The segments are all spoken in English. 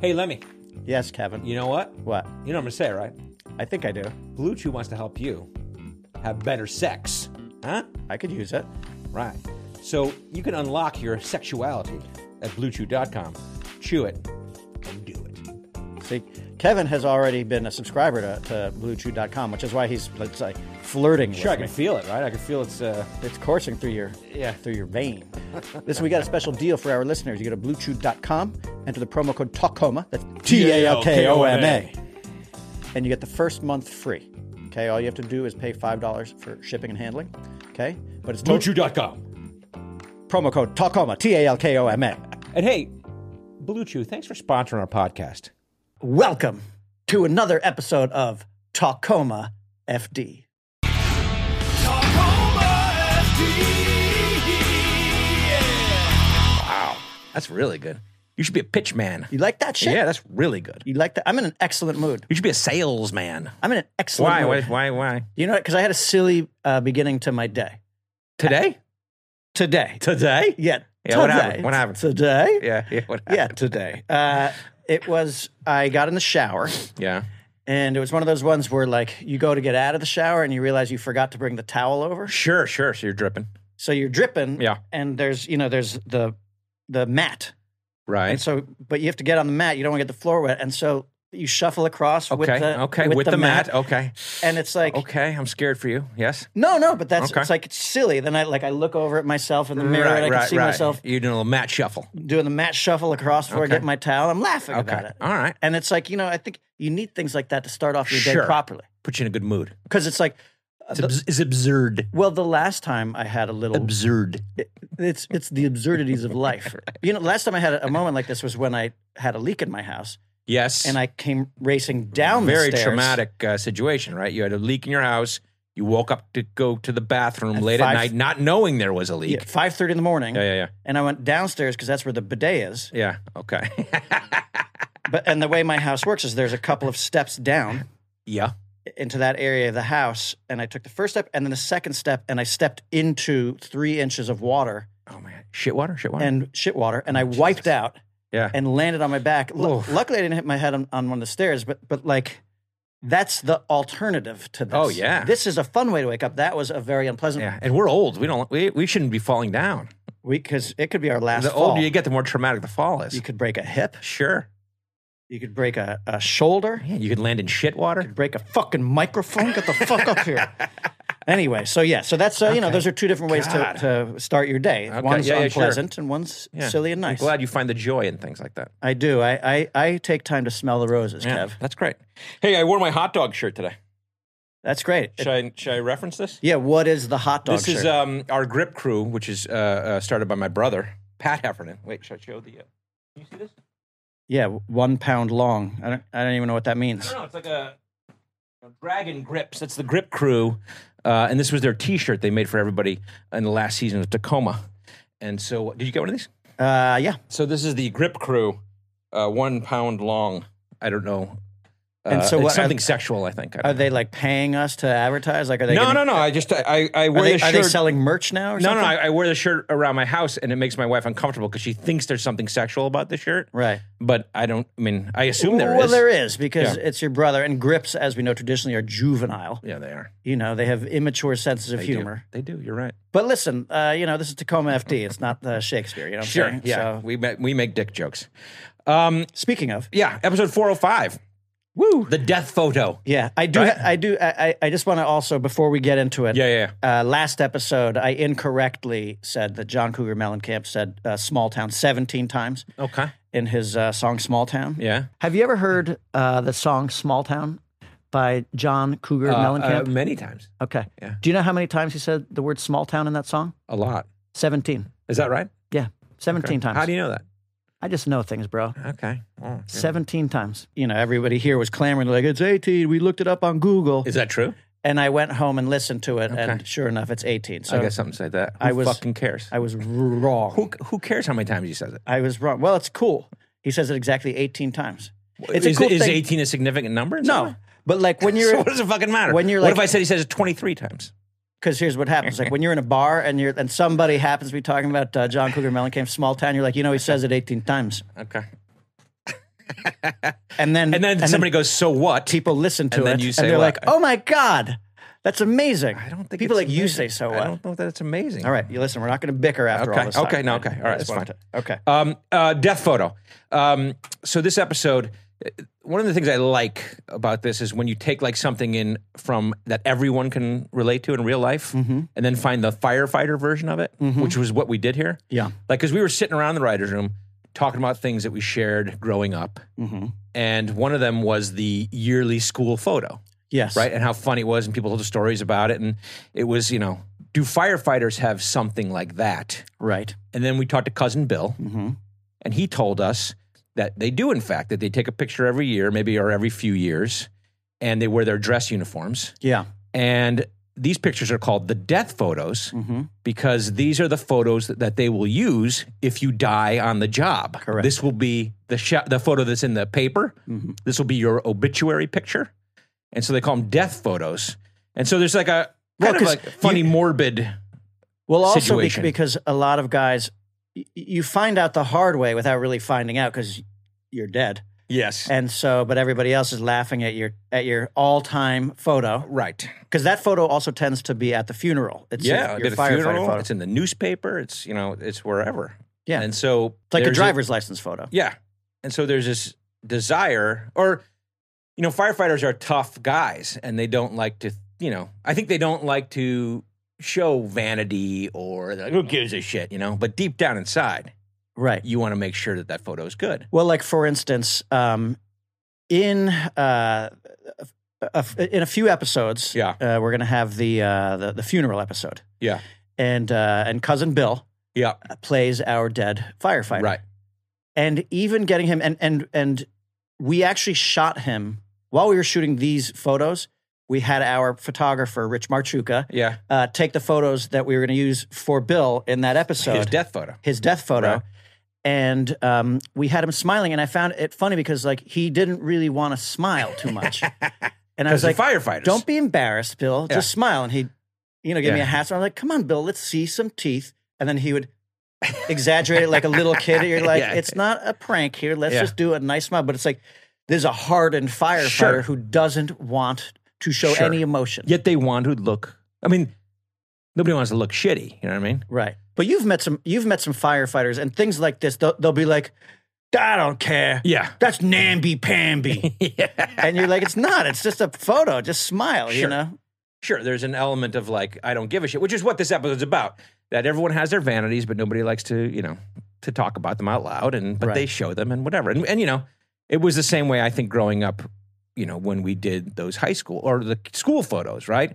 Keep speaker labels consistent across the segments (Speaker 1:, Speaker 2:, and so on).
Speaker 1: Hey, Lemmy,
Speaker 2: Yes, Kevin.
Speaker 1: you know what?
Speaker 2: What?
Speaker 1: You know what I'm going to say, right?
Speaker 2: I think I do.
Speaker 1: Blue Chew wants to help you have better sex. Huh?
Speaker 2: I could use it.
Speaker 1: Right. So you can unlock your sexuality at bluechew.com. Chew it and do it.
Speaker 2: See, Kevin has already been a subscriber to, to BlueChew.com, which is why he's let's say flirting
Speaker 1: Sure, I
Speaker 2: with
Speaker 1: can
Speaker 2: me.
Speaker 1: feel it, right? I can feel it's. Uh,
Speaker 2: It's coursing through your
Speaker 1: Yeah.
Speaker 2: through your vein. Listen, we got a special deal for our listeners. You go to BlueChew.com, enter the promo code Talkoma. That's T A L K O M A, and you get the first month free. Okay, all you have to do is pay five dollars for shipping and handling. Okay, but it's tot-
Speaker 1: BlueChew.com.
Speaker 2: promo code Talkoma. T A L K O M A.
Speaker 1: And hey, Blue Chew, thanks for sponsoring our podcast.
Speaker 2: Welcome to another episode of Talkoma FD.
Speaker 3: Wow, that's really good. You should be a pitch man.
Speaker 2: You like that shit?
Speaker 3: Yeah, that's really good.
Speaker 2: You like that? I'm in an excellent mood.
Speaker 3: You should be a salesman.
Speaker 2: I'm in an excellent
Speaker 3: Why? Why?
Speaker 2: mood.
Speaker 3: Why? Why?
Speaker 2: You know what? Because I had a silly uh, beginning to my day.
Speaker 3: Today?
Speaker 2: Today.
Speaker 3: Today?
Speaker 2: Yeah.
Speaker 3: Yeah, what
Speaker 2: today.
Speaker 3: happened? What happened?
Speaker 2: Today?
Speaker 3: Yeah. Yeah. What
Speaker 2: Yeah,
Speaker 3: happened?
Speaker 2: today. Uh, it was, I got in the shower,
Speaker 3: Yeah.
Speaker 2: and it was one of those ones where, like, you go to get out of the shower and you realize you forgot to bring the towel over.
Speaker 3: Sure. Sure. So you're dripping.
Speaker 2: So you're dripping.
Speaker 3: Yeah.
Speaker 2: And there's, you know, there's the, the mat And
Speaker 3: Right.
Speaker 2: so, but you have to get on the mat. You don't want to get the floor wet. And so you shuffle across with
Speaker 3: okay.
Speaker 2: the,
Speaker 3: okay. With, the, mat. Okay.
Speaker 2: And it's like,
Speaker 3: Okay. I'm scared for you. Yes.
Speaker 2: no, no, but that's,
Speaker 3: Okay.
Speaker 2: it's like, it's silly. Then I like, I look over at myself in the mirror and I can see myself
Speaker 3: You're doing a little mat shuffle.
Speaker 2: doing the mat shuffle across before
Speaker 3: Okay.
Speaker 2: I get my towel. I'm laughing about
Speaker 3: Okay.
Speaker 2: it.
Speaker 3: All right.
Speaker 2: And it's like, you know, I think you need things like that to start off your
Speaker 3: Sure.
Speaker 2: day properly.
Speaker 3: Put you in a good mood.
Speaker 2: Cause it's like,
Speaker 3: It's, abs- it's absurd.
Speaker 2: well, the last time I had a little,
Speaker 3: Absurd.
Speaker 2: it- it's it's the absurdities of life. You know, last time I had a, a moment like this was when I had a leak in my house,
Speaker 3: Yes.
Speaker 2: and I came racing down
Speaker 3: very
Speaker 2: the stairs.
Speaker 3: traumatic uh, situation, right? You had a leak in your house. You woke up to go to the bathroom
Speaker 2: At
Speaker 3: late
Speaker 2: five-
Speaker 3: at night, not knowing there was a leak.
Speaker 2: Yeah, five thirty in the morning.
Speaker 3: Yeah, yeah, yeah.
Speaker 2: and I went downstairs because that's where the bidet is.
Speaker 3: Yeah. Okay.
Speaker 2: But and the way my house works is there's a couple of steps down
Speaker 3: yeah.
Speaker 2: into that area of the house, and I took the first step and then the second step, and I stepped into three inches of water
Speaker 3: Oh man. Shit water. Shit water.
Speaker 2: and shit water, and I wiped out
Speaker 3: yeah.
Speaker 2: and landed on my back. Lu-
Speaker 3: Oh, Oof.
Speaker 2: luckily, I didn't hit my head on, on one of the stairs, but but like. That's the alternative to this.
Speaker 3: Oh, yeah.
Speaker 2: This is a fun way to wake up. That was a very unpleasant
Speaker 3: yeah. And we're old. We don't. We, we shouldn't be falling down.
Speaker 2: because it could be our last
Speaker 3: The
Speaker 2: fall.
Speaker 3: older you get, the more traumatic the fall is.
Speaker 2: you could break a hip.
Speaker 3: sure.
Speaker 2: You could break a, a shoulder.
Speaker 3: Yeah. You could land in shit water.
Speaker 2: break a fucking microphone. Get the fuck up here. Anyway, so yeah, so that's uh, you know those are two different ways
Speaker 3: God.
Speaker 2: to, to start your day. One's
Speaker 3: yeah, yeah, sure.
Speaker 2: unpleasant and one's
Speaker 3: Yeah.
Speaker 2: silly and nice.
Speaker 3: I'm glad you find the joy in things like that.
Speaker 2: I do. I, I I take time to smell the roses,
Speaker 3: Yeah.
Speaker 2: Kev.
Speaker 3: That's great. Hey, I wore my hot dog shirt today.
Speaker 2: That's great.
Speaker 3: Should I? Should I reference this?
Speaker 2: yeah. What is the hot dog?
Speaker 3: This is
Speaker 2: shirt?
Speaker 3: um, our grip crew, which is uh, uh, started by my brother Pat Heffernan. Wait, should I show the? Uh, you see this?
Speaker 2: yeah, one pound long. I don't I don't even know what that means.
Speaker 3: No, it's like a, a dragon grips. That's the grip crew, uh, and this was their T-shirt they made for everybody in the last season of Tacoma. And so, did you get one of these?
Speaker 2: Uh, yeah.
Speaker 3: So this is the grip crew, uh, one pound long. I don't know. Uh,
Speaker 2: And so
Speaker 3: it's
Speaker 2: what-
Speaker 3: something sexual, I think. I
Speaker 2: Are
Speaker 3: don't
Speaker 2: they like paying us to advertise? Like, are they?
Speaker 3: know.
Speaker 2: gonna-
Speaker 3: no, no, no. I just I I, I
Speaker 2: Are
Speaker 3: wear
Speaker 2: they,
Speaker 3: this
Speaker 2: are
Speaker 3: shirt.
Speaker 2: they selling merch now? Or
Speaker 3: no, no,
Speaker 2: something?
Speaker 3: I, I wear the shirt around my house, and it makes my wife uncomfortable because she thinks there's something sexual about the shirt.
Speaker 2: Right.
Speaker 3: But I don't. I mean, I assume there is.
Speaker 2: well, there is because it's your brother. And grips, as we know traditionally, are juvenile.
Speaker 3: Yeah, they are.
Speaker 2: You know, they have immature senses of
Speaker 3: They do.
Speaker 2: humor.
Speaker 3: They do. You're right.
Speaker 2: But listen, uh, you know, this is Tacoma FD. It's not uh, Shakespeare. You know what I'm saying?
Speaker 3: Yeah.
Speaker 2: So,
Speaker 3: We make, we make dick jokes. Um.
Speaker 2: speaking of,
Speaker 3: Yeah. Episode 405. Woo. The death photo.
Speaker 2: yeah, I do.
Speaker 3: Right.
Speaker 2: I do. I, I- I just want to also, before we get into it,
Speaker 3: Yeah. Yeah.
Speaker 2: uh, last episode, I incorrectly said that John Cougar Mellencamp said uh, small town 17 times
Speaker 3: yeah. Okay.
Speaker 2: in his uh, song Small Town.
Speaker 3: Yeah.
Speaker 2: Have you ever heard uh, the song Small Town by John Cougar Mellencamp?
Speaker 3: many times.
Speaker 2: okay.
Speaker 3: Uh, yeah.
Speaker 2: Do you know how many times he said the word small town in that song?
Speaker 3: A lot.
Speaker 2: 17.
Speaker 3: Is that right?
Speaker 2: Yeah, 17 times.
Speaker 3: How do you know that?
Speaker 2: I just know things, bro.
Speaker 3: Okay. Oh, yeah.
Speaker 2: 17 times. You know, everybody here was clamoring, like, it's 18. We looked it up on Google.
Speaker 3: Is that true?
Speaker 2: And I went home and listened to it,
Speaker 3: Okay.
Speaker 2: and sure enough, it's 18.
Speaker 3: I
Speaker 2: So
Speaker 3: guess something like that. Who
Speaker 2: I was-
Speaker 3: fucking cares?
Speaker 2: I was wrong.
Speaker 3: who, who cares how many times he says it?
Speaker 2: I was wrong. Well, it's cool. He says it exactly 18 times. It's
Speaker 3: is,
Speaker 2: a cool
Speaker 3: is
Speaker 2: thing.
Speaker 3: 18 a significant number? in some
Speaker 2: No,
Speaker 3: way?
Speaker 2: but like when
Speaker 3: So
Speaker 2: you're,
Speaker 3: what does it fucking matter?
Speaker 2: when you're
Speaker 3: what
Speaker 2: like-
Speaker 3: if I said he says it 23 times?
Speaker 2: because here's what happens. Like when you're in a bar and you're, and somebody happens to be talking about uh, John Cougar Mellencamp's small town, you're like, you know, he says it 18 times.
Speaker 3: Okay.
Speaker 2: And then
Speaker 3: And then somebody goes, "So what?"
Speaker 2: people listen to
Speaker 3: And
Speaker 2: it,
Speaker 3: then you say,
Speaker 2: and they're
Speaker 3: "Well,
Speaker 2: like, "Oh my god, that's amazing!"
Speaker 3: I don't think
Speaker 2: people
Speaker 3: it's
Speaker 2: like you
Speaker 3: amazing.
Speaker 2: say so.
Speaker 3: I
Speaker 2: What?
Speaker 3: don't know that it's amazing.
Speaker 2: All right, you listen. We're not going to bicker after
Speaker 3: Okay,
Speaker 2: all this. time.
Speaker 3: okay, no, okay, all right,
Speaker 2: That's
Speaker 3: it's
Speaker 2: what I'm
Speaker 3: fine.
Speaker 2: ta- Okay,
Speaker 3: Um, uh, death photo. Um, so this episode, uh, one of the things I like about this is when you take like something in from that everyone can relate to in real life, and then find the firefighter version of it, which was what we did here.
Speaker 2: Yeah.
Speaker 3: like because we were sitting around the writers' room talking about things that we shared growing up, and one of them was the yearly school photo
Speaker 2: yes,
Speaker 3: right? And how funny it was, and people told the stories about it. And it was, you know, do firefighters have something like that?
Speaker 2: right,
Speaker 3: And then we talked to cousin Bill,
Speaker 2: Mm-hmm.
Speaker 3: and he told us that they do, in fact, that they take a picture every year, maybe or every few years, and they wear their dress uniforms.
Speaker 2: yeah,
Speaker 3: And these pictures are called the death photos
Speaker 2: Mm-hmm.
Speaker 3: because these are the photos that- that they will use if you die on the job.
Speaker 2: Correct. Mm-hmm.
Speaker 3: This will be the sh- the photo that's in the paper. This will be your obituary picture, and so they call them death photos. And so there's like a
Speaker 2: Well,
Speaker 3: kind of
Speaker 2: 'cause
Speaker 3: like funny
Speaker 2: you-
Speaker 3: morbid.
Speaker 2: Well, also be-
Speaker 3: situation.
Speaker 2: because a lot of guys, y- you find out the hard way without really finding out because you're dead,
Speaker 3: Yes.
Speaker 2: and so but everybody else is laughing at your at your all time photo
Speaker 3: Right.
Speaker 2: because that photo also tends to be at the funeral. It's your-
Speaker 3: Yeah.
Speaker 2: your
Speaker 3: At a
Speaker 2: firefighter
Speaker 3: funeral.
Speaker 2: photo.
Speaker 3: It's in the newspaper. It's you know. It's wherever.
Speaker 2: Yeah.
Speaker 3: And so
Speaker 2: It's like a
Speaker 3: there's
Speaker 2: driver's license photo.
Speaker 3: Yeah. And so there's this desire, or, you know, firefighters are tough guys and they don't like to, you know, I think they don't like to show vanity or they're like, who gives a shit, you know? But deep down inside,
Speaker 2: Right.
Speaker 3: you want to make sure that that photo is good.
Speaker 2: Well, like for instance, um, in uh, a, a- in a few episodes,
Speaker 3: Yeah.
Speaker 2: uh, we're gonna have the, uh, the the funeral episode,
Speaker 3: Yeah.
Speaker 2: and uh, and cousin Bill
Speaker 3: Yeah.
Speaker 2: plays our dead firefighter,
Speaker 3: Right.
Speaker 2: And even getting him and and and we actually shot him while we were shooting these photos. We had our photographer Rich Marchuka
Speaker 3: Yeah.
Speaker 2: uh, take the photos that we were going to use for Bill in that episode
Speaker 3: His death photo.
Speaker 2: his death photo
Speaker 3: Right.
Speaker 2: and um, we had him smiling and i found it funny because like he didn't really want to smile too much and i was
Speaker 3: Because
Speaker 2: like
Speaker 3: the firefighters.
Speaker 2: don't be embarrassed bill
Speaker 3: Yeah.
Speaker 2: just smile and he you know give me a
Speaker 3: Yeah.
Speaker 2: hat so i'm like come on bill let's see some teeth and then he would exaggerate it like a little kid you're like
Speaker 3: Yeah.
Speaker 2: it's not a prank here let's
Speaker 3: Yeah.
Speaker 2: just do a nice smile but it's like there's a hardened firefighter
Speaker 3: Sure.
Speaker 2: who doesn't want to show
Speaker 3: Sure.
Speaker 2: any emotion
Speaker 3: Yet they want to look, I mean, nobody wants to look shitty. You know what I mean?
Speaker 2: Right. But you've met some you've met some firefighters and things like this. They'll, they'll be like, I don't care.
Speaker 3: Yeah.
Speaker 2: That's namby pamby.
Speaker 3: yeah.
Speaker 2: and you're like, it's not. It's just a photo. Just smile. You
Speaker 3: Sure.
Speaker 2: know.
Speaker 3: sure there's an element of like i don't give a shit which is what this episode's about that everyone has their vanities but nobody likes to you know to talk about them out loud and but
Speaker 2: Right.
Speaker 3: they show them and whatever and, and you know it was the same way i think growing up you know when we did those high school or the school photos right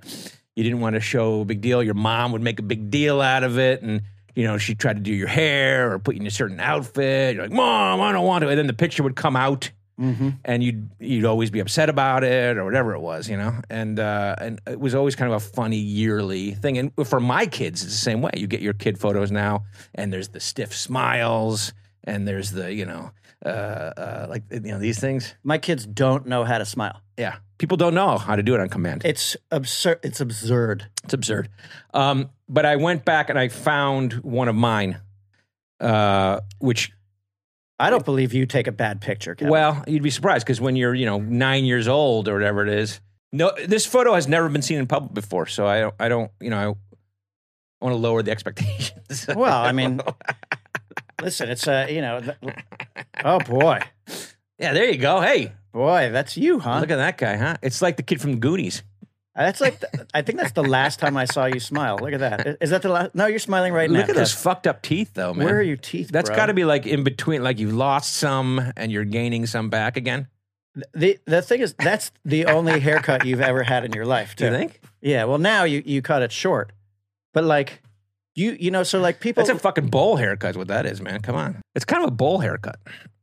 Speaker 3: you didn't want to show a big deal your mom would make a big deal out of it and you know she tried to do your hair or put you in a certain outfit you're like mom i don't want to and then the picture would come out and you'd you'd always be upset about it or whatever it was, you know. And uh, and it was always kind of a funny yearly thing. And for my kids, it's the same way. You get your kid photos now, and there's the stiff smiles, and there's the you know uh, uh, like you know these things.
Speaker 2: My kids don't know how to smile.
Speaker 3: Yeah, people don't know how to do it on command.
Speaker 2: It's absurd. It's absurd.
Speaker 3: It's absurd. Um, but I went back and I found one of mine, uh, which
Speaker 2: I don't believe you take a bad picture. Kevin.
Speaker 3: Well, you'd be surprised because when you're, you know, nine years old or whatever it is, no, this photo has never been seen in public before. So I don't, I don't, you know, I want to lower the expectations.
Speaker 2: well, I mean, listen. It's a you know. th- oh boy,
Speaker 3: yeah, there you go. Hey,
Speaker 2: boy, that's you, huh?
Speaker 3: look at that guy, huh? It's like the kid from the Goonies.
Speaker 2: That's like the, I think that's the last time I saw you smile. Look at that. Is- Is that the last? No, you're smiling right now.
Speaker 3: Look at those
Speaker 2: Jeff.
Speaker 3: fucked up teeth, though, man.
Speaker 2: Where are your teeth?
Speaker 3: That's
Speaker 2: bro?
Speaker 3: got to be like in between, like you lost some and you're gaining some back again.
Speaker 2: The the thing is, that's the only haircut you've ever had in your life.
Speaker 3: Do
Speaker 2: Too.
Speaker 3: you think?
Speaker 2: Yeah. Well, now you you cut it short, but like you you know, so like people,
Speaker 3: That's a fucking bowl haircut. is What that is, man. Come on, it's kind of a bowl haircut.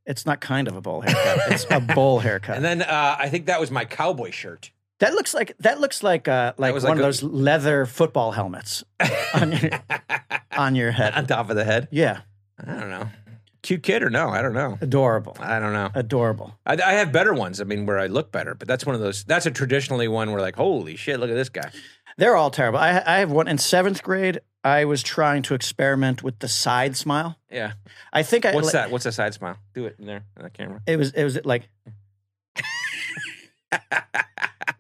Speaker 2: it's not kind of a bowl haircut. it's a bowl haircut.
Speaker 3: And then uh, I think that was my cowboy shirt.
Speaker 2: that looks like that looks like uh like one
Speaker 3: was like
Speaker 2: of
Speaker 3: a-
Speaker 2: those leather football helmets on your, on your head.
Speaker 3: on top of the head.
Speaker 2: Yeah,
Speaker 3: I don't know. Cute kid or no? I don't know.
Speaker 2: adorable,
Speaker 3: I don't know.
Speaker 2: adorable.
Speaker 3: I, I have better ones. I mean, where I look better, but that's one of those. That's a traditionally one where like, holy shit, look at this guy.
Speaker 2: They're all terrible. I, I have one in seventh grade. I was trying to experiment with the side smile.
Speaker 3: Yeah.
Speaker 2: I think I
Speaker 3: What's
Speaker 2: like,
Speaker 3: that? What's that side smile? Do it in there in the camera.
Speaker 2: It was it was like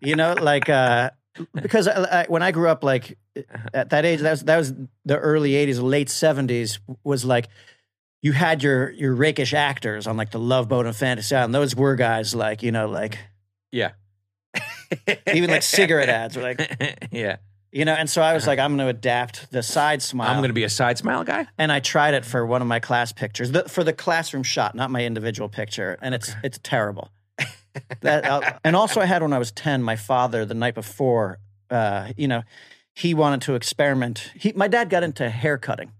Speaker 2: you know like uh because I, I, when I grew up like
Speaker 3: Uh-huh.
Speaker 2: at that age that was that was the early 80s late 70s was like you had your your rakish actors on like the Love Boat and Fantasy Island those were guys like you know like
Speaker 3: Yeah.
Speaker 2: even like cigarette ads were like
Speaker 3: yeah.
Speaker 2: you know and so I was like I'm going to adapt the side smile
Speaker 3: I'm gonna be a side smile guy.
Speaker 2: and I tried it for one of my class pictures, the, for the classroom shot, not my individual picture, and it's it's terrible. that, I'll- and also, I had when I was ten. My father, the night before, uh, you know, he wanted to experiment. He, my dad got into hair cutting.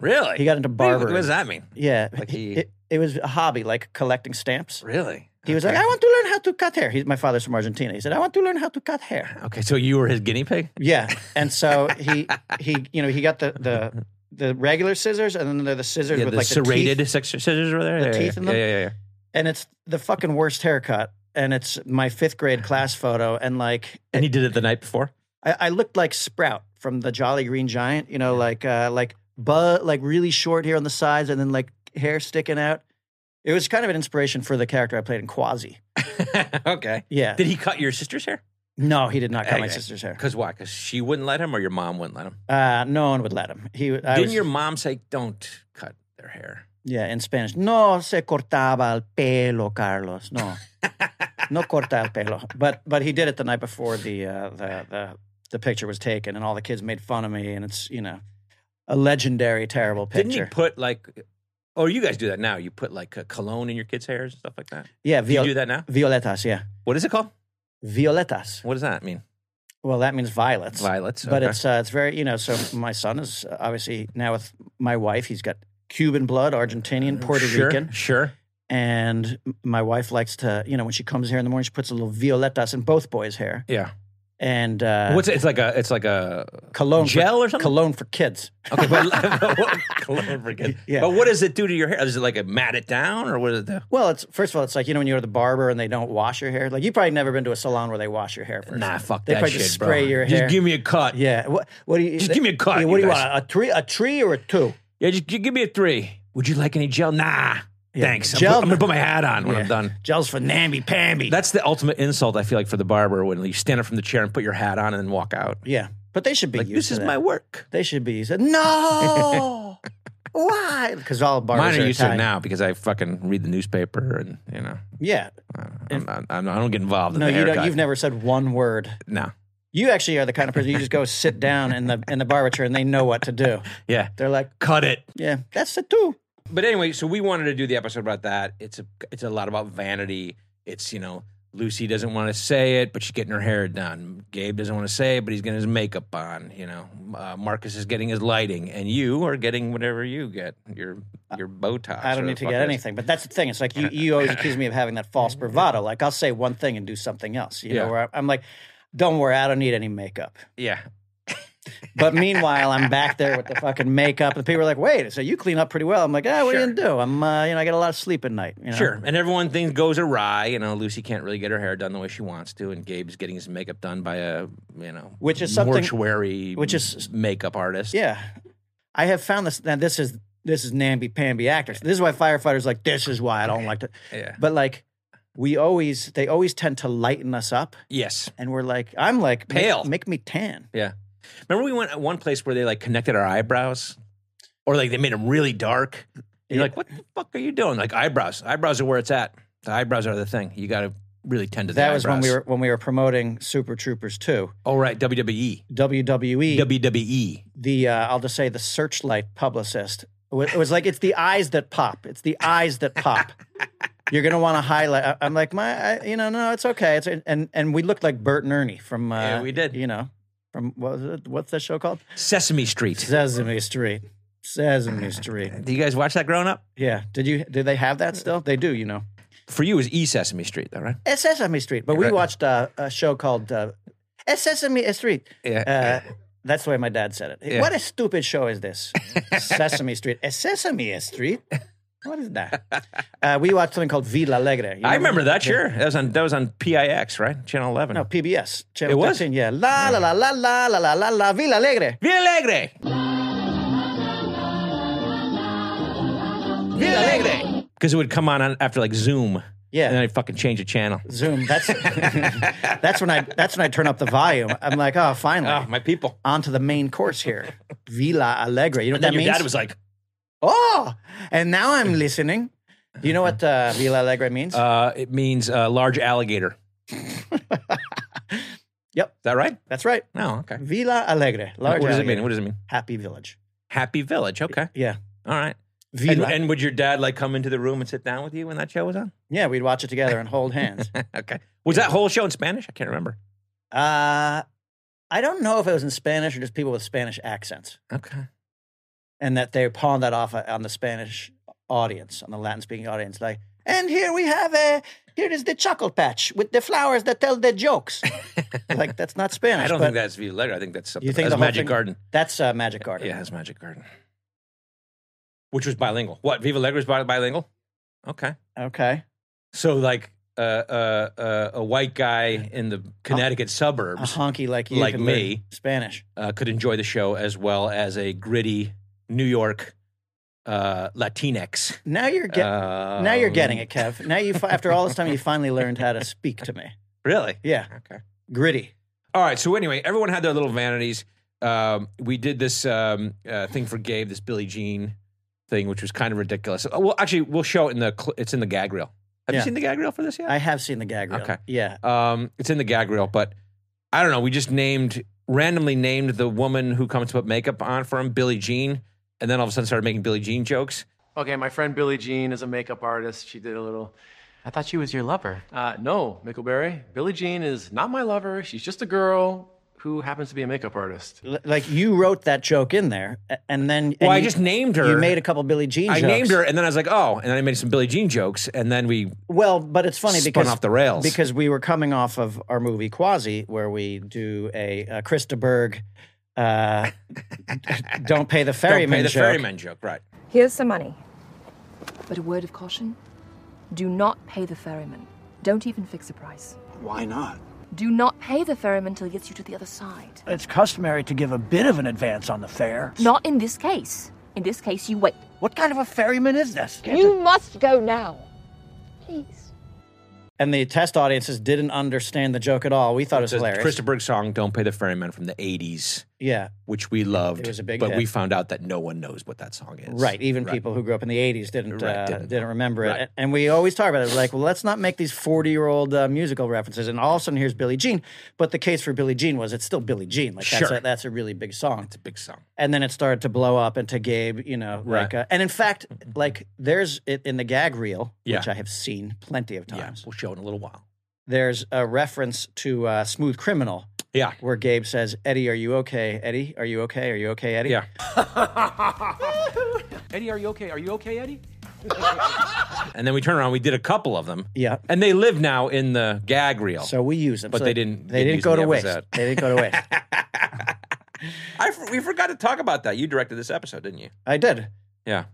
Speaker 3: Really?
Speaker 2: He got into
Speaker 3: What,
Speaker 2: barbering.
Speaker 3: what does that mean?
Speaker 2: Yeah,
Speaker 3: Like he-
Speaker 2: it, it was a hobby, like collecting stamps.
Speaker 3: Really?
Speaker 2: He was like, "I want to learn how to cut hair." He, my father's from Argentina. He said, "I want to learn how to cut hair."
Speaker 3: Okay, so you were his guinea pig?
Speaker 2: Yeah, and so he he you know he got the the the regular scissors, and then they're the scissors
Speaker 3: Yeah,
Speaker 2: with
Speaker 3: the
Speaker 2: like the teeth.
Speaker 3: serrated scissors scissors were there?
Speaker 2: The
Speaker 3: yeah,
Speaker 2: teeth in
Speaker 3: yeah,
Speaker 2: them?
Speaker 3: yeah, yeah, yeah.
Speaker 2: and it's the fucking worst haircut. And it's my fifth grade class photo, and like
Speaker 3: And he did it the night before?
Speaker 2: I, I looked like Sprout from the Jolly Green Giant, you know, like uh, like but like really short here on the sides, and then like hair sticking out. It was kind of an inspiration for the character I played in Quasi.
Speaker 3: okay.
Speaker 2: Yeah,
Speaker 3: Did he cut your sister's hair?
Speaker 2: no, he did not cut my
Speaker 3: Okay.
Speaker 2: sister's hair.
Speaker 3: Because why? Because she wouldn't let him or your mom wouldn't let him?
Speaker 2: Uh, no one would let him. He, I
Speaker 3: Didn't
Speaker 2: was,
Speaker 3: your mom say, don't cut their hair?
Speaker 2: yeah, in Spanish, no se cortaba el pelo, Carlos. No, no corta el pelo. But but he did it the night before the uh, the the the picture was taken, and all the kids made fun of me, and it's you know a legendary terrible
Speaker 3: Didn't he
Speaker 2: picture.
Speaker 3: put like, or you guys do that now? You put like a cologne in your kids' hairs and stuff like that?
Speaker 2: yeah,
Speaker 3: Do you
Speaker 2: viol-
Speaker 3: do that now?
Speaker 2: violetas. Yeah,
Speaker 3: What is it called?
Speaker 2: violetas.
Speaker 3: What does that mean?
Speaker 2: Well, that means violets.
Speaker 3: Violets.
Speaker 2: But
Speaker 3: okay.
Speaker 2: it's uh, it's very you know. So my son is uh, obviously now with my wife. He's got Cuban blood, Argentinian, Puerto
Speaker 3: Uh, sure,
Speaker 2: Rican,
Speaker 3: Sure.
Speaker 2: and m- my wife likes to you know when she comes here in the morning, she puts a little violetas in both boys' hair.
Speaker 3: Yeah.
Speaker 2: And uh,
Speaker 3: What's it? It's like a. It's like a.
Speaker 2: cologne for-
Speaker 3: Gel or something?
Speaker 2: Cologne for kids.
Speaker 3: Okay, but, but what, cologne for kids.
Speaker 2: Yeah.
Speaker 3: But what does it do to your hair? Does it like mat it down, or what does it do?
Speaker 2: Well, it's first of all, it's like you know when you go to the barber and they don't wash your hair. Like you probably never been to a salon where they wash your hair first.
Speaker 3: Nah, fuck
Speaker 2: They
Speaker 3: that
Speaker 2: probably
Speaker 3: shit,
Speaker 2: just
Speaker 3: bro.
Speaker 2: spray your hair.
Speaker 3: Just give me a cut. Yeah,
Speaker 2: yeah. What? What do you?
Speaker 3: Just give me a cut,
Speaker 2: Yeah, what
Speaker 3: you
Speaker 2: do you
Speaker 3: guys.
Speaker 2: want? A tree? A tree or a two?
Speaker 3: just, gi- give me a three. Would you like any gel? Nah. Thanks. I'm,
Speaker 2: Gel-
Speaker 3: put- I'm gonna put my hat on when I'm done.
Speaker 2: Gels for namby pamby.
Speaker 3: That's the ultimate insult I feel like for the barber when you stand up from the chair and put your hat on and then walk out.
Speaker 2: yeah, but they should be used
Speaker 3: This
Speaker 2: to
Speaker 3: is
Speaker 2: that.
Speaker 3: my work.
Speaker 2: They should be used. To, no. Why? Because all barbers
Speaker 3: Mine are
Speaker 2: are
Speaker 3: used to it
Speaker 2: Italian.
Speaker 3: now because I fucking read the newspaper and you know
Speaker 2: Yeah.
Speaker 3: I'm, I'm, I'm, I don't get involved in
Speaker 2: No,
Speaker 3: the
Speaker 2: you don't,
Speaker 3: haircut.
Speaker 2: you've never said one word.
Speaker 3: no.
Speaker 2: You actually are the kind of person you just go sit down in the in the barber chair and they know what to do.
Speaker 3: Yeah,
Speaker 2: They're like,
Speaker 3: cut it.
Speaker 2: yeah, that's the two.
Speaker 3: But anyway, so we wanted to do the episode about that. It's a it's a lot about vanity. It's you know Lucy doesn't want to say it, but she's getting her hair done. Gabe doesn't want to say it, but he's getting his makeup on. You know, uh, Marcus is getting his lighting, and you are getting whatever you get your your Botox.
Speaker 2: I don't
Speaker 3: or
Speaker 2: need
Speaker 3: the
Speaker 2: to
Speaker 3: fuck
Speaker 2: get
Speaker 3: it is.
Speaker 2: anything. But that's the thing. It's like you, you always accuse me of having that false bravado. Like I'll say one thing and do something else. You
Speaker 3: Yeah.
Speaker 2: know, where I- I'm like, don't worry, I don't need any makeup.
Speaker 3: Yeah,
Speaker 2: But meanwhile, I'm back there with the fucking makeup, and people are like, "Wait, so you clean up pretty well?" I'm like, "Ah,
Speaker 3: Sure.
Speaker 2: what do you gonna do? I'm, uh, you know, I get a lot of sleep at night." You know?
Speaker 3: Sure. And everyone things goes awry. You know, Lucy can't really get her hair done the way she wants to, and Gabe's getting his makeup done by a you know
Speaker 2: Which is something-
Speaker 3: mortuary
Speaker 2: which is-
Speaker 3: makeup artist.
Speaker 2: Yeah, I have found this. Now this is this is namby pamby actors. This is why firefighters like this is why I don't like to.
Speaker 3: Yeah.
Speaker 2: But like, we always they always tend to lighten us up,
Speaker 3: Yes.
Speaker 2: and we're like, I'm like make-
Speaker 3: Pale.
Speaker 2: make me tan.
Speaker 3: Yeah. Remember we went at one place where they like connected our eyebrows, or like they made them really dark. And
Speaker 2: Yeah.
Speaker 3: You're like, what the fuck are you doing? Like eyebrows. Eyebrows are where it's at. The eyebrows are the thing. You got to really tend to. The
Speaker 2: That was when
Speaker 3: eyebrows.
Speaker 2: we were when we were promoting Super Troopers 2.
Speaker 3: Oh right, WWE,
Speaker 2: WWE,
Speaker 3: WWE.
Speaker 2: E, the uh, I'll just say the searchlight publicist. It was, it was like it's the eyes that pop. It's the eyes that pop. You're gonna want to highlight. I- I'm like my, I, you know, no, it's okay. It's and and we looked like Bert and Ernie from. Uh,
Speaker 3: Yeah, we did.
Speaker 2: You know, from what was it? What's that show called?
Speaker 3: Sesame Street.
Speaker 2: Sesame Street. Sesame Street.
Speaker 3: Do you guys watch that growing up?
Speaker 2: Yeah. Did you? Did they have that still? They do. You know.
Speaker 3: For you, it was E Sesame Street, though, right?
Speaker 2: It's Sesame Street. But we watched uh, a show called uh, It's Sesame Street.
Speaker 3: Yeah.
Speaker 2: Uh, that's the way my dad said it. What a stupid show is this? Sesame Street. It's Sesame Street. What is that? uh, we watched something called Villa Alegre. You
Speaker 3: I remember that. Sure, that was on that was on PIX, right? Channel eleven.
Speaker 2: No, PBS. Channel
Speaker 3: It was?
Speaker 2: 13, yeah. La la la la la la la la la Villa Alegre.
Speaker 3: Villa Alegre. Villa Alegre. Because it would come on, on after like Zoom.
Speaker 2: Yeah.
Speaker 3: And then I'd fucking change the channel.
Speaker 2: Zoom. That's that's when I that's when I turn up the volume. I'm like, oh, finally,
Speaker 3: Oh, my people.
Speaker 2: on to the main course here. Villa Alegre. You know
Speaker 3: And
Speaker 2: what
Speaker 3: then
Speaker 2: that
Speaker 3: your
Speaker 2: means?
Speaker 3: dad was like,
Speaker 2: oh, and now I'm listening. Do you know what uh, Villa Alegre means?
Speaker 3: uh, it means uh, large alligator.
Speaker 2: Yep.
Speaker 3: Is that right?
Speaker 2: that's right.
Speaker 3: No, okay.
Speaker 2: Villa Alegre. Large
Speaker 3: what does it
Speaker 2: alligator.
Speaker 3: mean? What does it mean?
Speaker 2: Happy village.
Speaker 3: Happy Village. Okay.
Speaker 2: Yeah.
Speaker 3: All right. And,
Speaker 2: Villa.
Speaker 3: and would your dad like come into the room and sit down with you when that show was on?
Speaker 2: yeah, we'd watch it together and hold hands.
Speaker 3: okay. Was that whole show in Spanish? I can't remember.
Speaker 2: uh, I don't know if it was in Spanish or just people with Spanish accents.
Speaker 3: Okay.
Speaker 2: and that they pawned that off uh, on the Spanish audience, on the Latin speaking audience. Like, and here we have a here is the chocolate patch with the flowers that tell their jokes. like that's not Spanish.
Speaker 3: I don't
Speaker 2: but
Speaker 3: think that's Villa Alegre. I think that's something.
Speaker 2: You think
Speaker 3: that's
Speaker 2: the whole
Speaker 3: Magic
Speaker 2: thing-
Speaker 3: Garden.
Speaker 2: that's uh, Magic Garden.
Speaker 3: Yeah, that's Magic Garden. Which was bilingual. What? Viva Alegre was bi- bilingual? Okay.
Speaker 2: Okay.
Speaker 3: So, like, uh, uh, uh, a white guy in the Connecticut
Speaker 2: A
Speaker 3: suburbs
Speaker 2: honky like you
Speaker 3: Like
Speaker 2: can learn
Speaker 3: me.
Speaker 2: Spanish.
Speaker 3: uh, could enjoy the show as well as a gritty New York uh, Latinx. Um,
Speaker 2: Now you're get, now you're getting it, Kev. Now you fi- after all this time you finally learned how to speak to me.
Speaker 3: Really?
Speaker 2: Yeah,
Speaker 3: Okay.
Speaker 2: gritty.
Speaker 3: All right. So anyway, everyone had their little vanities. Um, we did this um, uh, thing for Gabe, this Billie Jean thing, which was kind of ridiculous. Uh, Well, actually, we'll show it in the. Cl- it's in the gag reel. Have
Speaker 2: Yeah.
Speaker 3: you seen the gag reel for this yet?
Speaker 2: I have seen the gag reel.
Speaker 3: Okay.
Speaker 2: Yeah.
Speaker 3: um, it's in the gag reel, but I don't know. We just named randomly named the woman who comes to put makeup on for him, Billie Jean, and then all of a sudden started making Billie Jean jokes.
Speaker 4: Okay, my friend Billie Jean is a makeup artist. She did a little.
Speaker 5: I thought she was your lover.
Speaker 4: Uh, no, Mickleberry. Billie Jean is not my lover. She's just a girl who happens to be a makeup artist.
Speaker 2: L- like you wrote that joke in there, a- and then and
Speaker 3: Well, I
Speaker 2: you-
Speaker 3: just named her.
Speaker 2: you made a couple Billy Jean.
Speaker 3: I
Speaker 2: jokes.
Speaker 3: named her, and then I was like, oh, and then I made some Billie Jean jokes, and then we
Speaker 2: Well, but it's funny
Speaker 3: Spun
Speaker 2: because
Speaker 3: off the rails.
Speaker 2: because we were coming off of our movie Quasi, where we do a, uh Krista Berg, uh, don't pay the
Speaker 3: don't
Speaker 2: ferryman
Speaker 3: pay the
Speaker 2: joke.
Speaker 3: ferryman joke, right?
Speaker 6: Here's some money. But a word of caution do not pay the ferryman. Don't even fix a price.
Speaker 7: Why not?
Speaker 6: Do not pay the ferryman till he gets you to the other side.
Speaker 7: It's customary to give a bit of an advance on the fare.
Speaker 6: Not in this case. In this case, you wait.
Speaker 7: What kind of a ferryman is this?
Speaker 8: You must go now. Please.
Speaker 2: And the test audiences didn't understand the joke at all. We thought it was
Speaker 3: The
Speaker 2: hilarious.
Speaker 3: Krista Berg song "Don't Pay the Ferryman" from the '80s,
Speaker 2: yeah,
Speaker 3: which we loved.
Speaker 2: It was a big
Speaker 3: but
Speaker 2: hit.
Speaker 3: we found out that no one knows what that song is.
Speaker 2: right. Even people who grew up in the '80s didn't
Speaker 3: Right,
Speaker 2: uh,
Speaker 3: didn't.
Speaker 2: didn't. remember it.
Speaker 3: Right.
Speaker 2: And- And we always talk about it. We're like, well, let's not make these 40 year old uh, musical references. And all of a sudden, here's Billie Jean. But the case for Billie Jean was it's still Billie Jean. Like that's
Speaker 3: Sure.
Speaker 2: a, that's a really big song.
Speaker 3: It's a big song.
Speaker 2: and then it started to blow up and to Gabe, you know, like,
Speaker 3: Right.
Speaker 2: uh, and in fact, like, there's it in the gag reel, which
Speaker 3: Yeah.
Speaker 2: I have seen plenty of
Speaker 3: Yeah,
Speaker 2: times.
Speaker 3: we'll show it in a little while.
Speaker 2: There's a reference to uh, Smooth Criminal
Speaker 3: Yeah,
Speaker 2: where Gabe says, "Eddie, are you okay? Eddie, are you okay? Are you okay, Eddie?"
Speaker 3: yeah.
Speaker 4: Eddie, are you okay? Are you okay, Eddie?
Speaker 3: And then we turn around. We did a couple of them.
Speaker 2: Yeah.
Speaker 3: and they live now in the gag reel.
Speaker 2: So we use them,
Speaker 3: But
Speaker 2: So
Speaker 3: they didn't-
Speaker 2: They
Speaker 3: didn't
Speaker 2: didn't,
Speaker 3: use
Speaker 2: go
Speaker 3: them
Speaker 2: to
Speaker 3: in the
Speaker 2: waste.
Speaker 3: episode.
Speaker 2: They didn't go to waste.
Speaker 3: I for- we forgot to talk about that. You directed this episode, didn't you?
Speaker 2: I did.
Speaker 3: Yeah,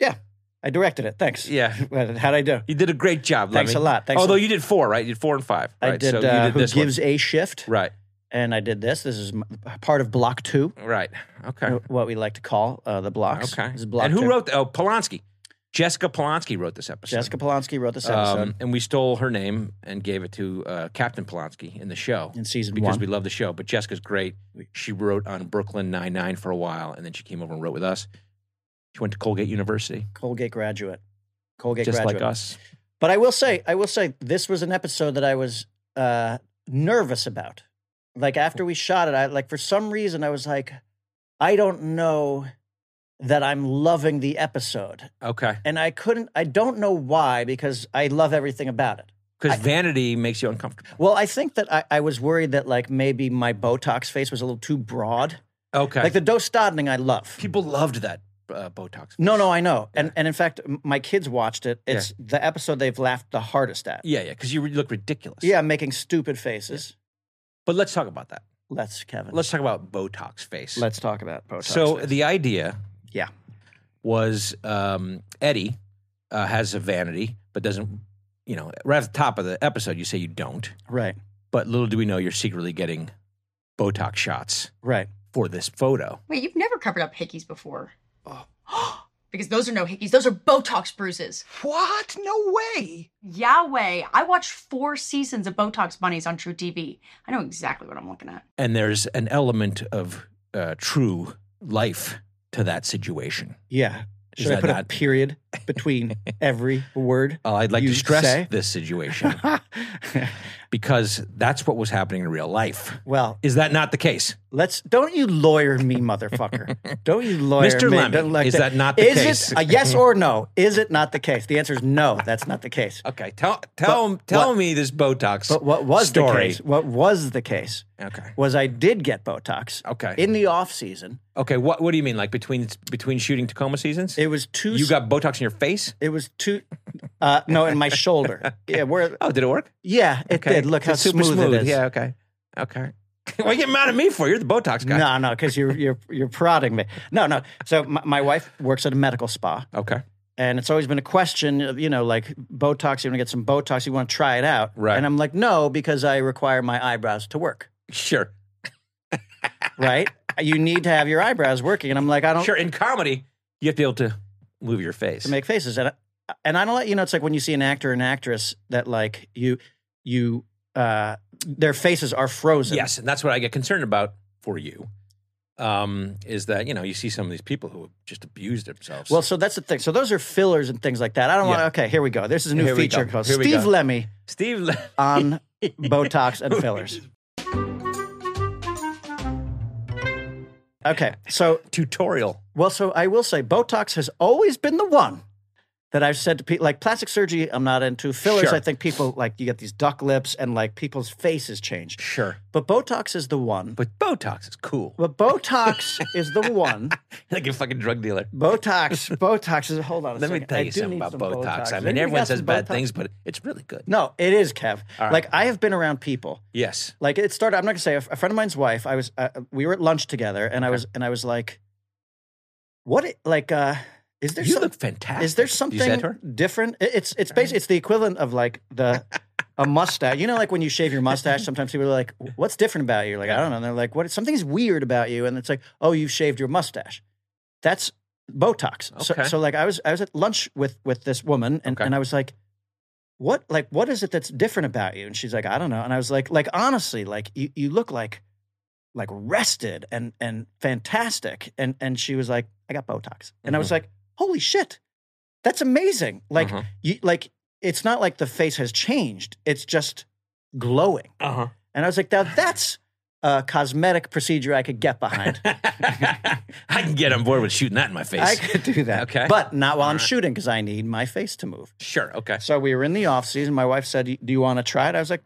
Speaker 2: Yeah, I directed it. Thanks.
Speaker 3: yeah.
Speaker 2: Well, How'd I do?
Speaker 3: You did a great job.
Speaker 2: Thanks
Speaker 3: Lemmy.
Speaker 2: a lot. Thanks
Speaker 3: Although
Speaker 2: a-
Speaker 3: you did four, right? You did four and five.
Speaker 2: I
Speaker 3: right?
Speaker 2: did.
Speaker 3: So you
Speaker 2: uh,
Speaker 3: did
Speaker 2: Who
Speaker 3: this
Speaker 2: gives
Speaker 3: one.
Speaker 2: a shift?
Speaker 3: Right.
Speaker 2: And I did this. This is m- part of block two,
Speaker 3: Right. Okay.
Speaker 2: what we like to call uh, the blocks.
Speaker 3: Okay.
Speaker 2: This is block
Speaker 3: and who
Speaker 2: two.
Speaker 3: wrote? Oh, Polanski. Jessica Polanski wrote this episode.
Speaker 2: Jessica Polanski wrote this episode.
Speaker 3: Um, and we stole her name and gave it to uh, Captain Polanski in the show
Speaker 2: In season
Speaker 3: because
Speaker 2: one.
Speaker 3: we love the show. But Jessica's great. She wrote on Brooklyn Nine Nine for a while, and then she came over and wrote with us. She went to Colgate University,
Speaker 2: Colgate graduate. Colgate
Speaker 3: just
Speaker 2: graduate.
Speaker 3: like us.
Speaker 2: But I will say, I will say, this was an episode that I was uh, nervous about. Like after we shot it, I like for some reason I was like, I don't know that I'm loving the episode,
Speaker 3: Okay,
Speaker 2: and I couldn't. I don't know why because I love everything about it.
Speaker 3: because vanity makes you uncomfortable.
Speaker 2: Well, I think that I, I was worried that like maybe my Botox face was a little too broad.
Speaker 3: Okay,
Speaker 2: Like the Dostodning, I love.
Speaker 3: people loved that uh, Botox.
Speaker 2: No, no, I know, and and in fact, m- my kids watched it. It's the episode they've laughed the hardest at.
Speaker 3: Yeah, yeah, because you re- look ridiculous.
Speaker 2: Yeah, I'm making stupid faces.
Speaker 3: but let's talk about that.
Speaker 2: Let's, Kevin.
Speaker 3: Let's talk about Botox face.
Speaker 2: let's talk about Botox.
Speaker 3: so
Speaker 2: face.
Speaker 3: the idea
Speaker 2: yeah,
Speaker 3: was um, Eddie uh, has a vanity, but doesn't, you know, right at the top of the episode, you say you don't.
Speaker 2: Right.
Speaker 3: But little do we know, you're secretly getting Botox shots
Speaker 2: Right.
Speaker 3: for this photo.
Speaker 9: Wait, you've never covered up hickeys before. because those are no hickeys, those are Botox bruises.
Speaker 10: What? No way.
Speaker 9: Yahweh, I watched four seasons of Botox Bunnies on True TV. I know exactly what I'm looking at.
Speaker 3: And there's an element of uh, true life to that situation.
Speaker 2: Yeah.
Speaker 3: Is
Speaker 2: Should I Oh,
Speaker 3: that
Speaker 2: put a
Speaker 3: not-
Speaker 2: period between every word?
Speaker 3: Uh, I'd like
Speaker 2: you
Speaker 3: to stress
Speaker 2: say?
Speaker 3: this situation because that's what was happening in real life.
Speaker 2: well,
Speaker 3: Is that not the case?
Speaker 2: let's don't you lawyer me, motherfucker. don't you lawyer
Speaker 3: Mr.
Speaker 2: me.
Speaker 3: Lemmy,
Speaker 2: Don't
Speaker 3: is that not the
Speaker 2: is
Speaker 3: case?
Speaker 2: It a yes or no? Is it not the case? The answer is no. That's not the case.
Speaker 3: Okay, tell tell tell me this Botox.
Speaker 2: But what was
Speaker 3: story?
Speaker 2: the case? What was the case?
Speaker 3: Okay.
Speaker 2: Was I did get Botox.
Speaker 3: Okay.
Speaker 2: In the off season,
Speaker 3: Okay, what what do you mean? Like between between shooting Tacoma seasons,
Speaker 2: it was two.
Speaker 3: you got Botox in your face?
Speaker 2: It was two. Uh, no, in my shoulder. Yeah, where?
Speaker 3: Oh, did it work?
Speaker 2: Yeah, it
Speaker 3: Okay,
Speaker 2: did. Look how
Speaker 3: It's super
Speaker 2: smooth, it is.
Speaker 3: Yeah, okay, okay. Why you getting mad at me for? You're the Botox guy.
Speaker 2: No, no, because you're you're you're prodding me. No, no. So my, my wife works at a medical spa,
Speaker 3: Okay,
Speaker 2: and it's always been a question of you know like Botox. You want to get some Botox? You want to try it out?
Speaker 3: Right.
Speaker 2: And I'm like, no, because I require my eyebrows to work.
Speaker 3: sure,
Speaker 2: Right. you need to have your eyebrows working, and I'm like, I don't
Speaker 3: sure. In comedy, you have to be able to move your face.
Speaker 2: to make faces, and I, and I don't let you know. It's like when you see an actor or an actress that like you you uh their faces are frozen.
Speaker 3: Yes, and that's what I get concerned about for you. Um, is that you know you see some of these people who have just abused themselves.
Speaker 2: Well, so that's the thing. So those are fillers and things like that. I don't
Speaker 3: Yeah.
Speaker 2: want. Okay, here we go. This is a new
Speaker 3: Here we go.
Speaker 2: feature called
Speaker 3: Here we
Speaker 2: Steve
Speaker 3: go.
Speaker 2: Lemmy
Speaker 3: Steve, Le-
Speaker 2: on Botox and fillers. Okay, so
Speaker 3: tutorial.
Speaker 2: well, so I will say Botox has always been the one that I've said to people like plastic surgery. I'm not into fillers.
Speaker 3: Sure.
Speaker 2: I think people like you get these duck lips and like people's faces change.
Speaker 3: Sure,
Speaker 2: But Botox is the one.
Speaker 3: but Botox is cool.
Speaker 2: But Botox is the one.
Speaker 3: like a fucking drug dealer.
Speaker 2: Botox, Botox is. Hold on. A
Speaker 3: Let me
Speaker 2: second.
Speaker 3: tell
Speaker 2: I
Speaker 3: you
Speaker 2: do
Speaker 3: something
Speaker 2: need
Speaker 3: about
Speaker 2: some
Speaker 3: Botox. I
Speaker 2: Anybody
Speaker 3: mean,
Speaker 2: got
Speaker 3: everyone
Speaker 2: some
Speaker 3: says bad
Speaker 2: Botox?
Speaker 3: things, but it's really good.
Speaker 2: No, it is Kev.
Speaker 3: All right.
Speaker 2: Like I have been around people.
Speaker 3: Yes.
Speaker 2: Like it started. I'm not gonna say a, a friend of mine's wife. I was. Uh, we were at lunch together, and I was. And I was like, "What? i- Like, uh, is there
Speaker 3: you
Speaker 2: some-
Speaker 3: look fantastic.
Speaker 2: is there
Speaker 3: You said to
Speaker 2: something
Speaker 3: her?
Speaker 2: different? It- It's it's basically it's the equivalent of like the a mustache. You know, like when you shave your mustache, sometimes people are like, "What's different about you?" Like I don't know. And they're like, "What? Something's weird about you." And it's like, "Oh, you shaved your mustache." That's Botox. So,
Speaker 3: Okay.
Speaker 2: so like I was I was at lunch with with this woman, and,
Speaker 3: Okay.
Speaker 2: and I was like. What like what is it that's different about you? And she's like, I don't know. And I was like, like honestly, like you, you look like like rested and and fantastic and and she was like i got botox and
Speaker 3: Mm-hmm.
Speaker 2: i was like holy shit that's amazing like
Speaker 3: Uh-huh.
Speaker 2: you like it's not like the face has changed it's just glowing
Speaker 3: Uh
Speaker 2: and i was like now that's a cosmetic procedure i could get behind
Speaker 3: huh. I can get on board with shooting that in my face.
Speaker 2: i could do that
Speaker 3: Okay.
Speaker 2: but not while i'm
Speaker 3: Alright.
Speaker 2: shooting because i need my face to move
Speaker 3: sure. Okay.
Speaker 2: so we were in the off season my wife said do you want to try it i was like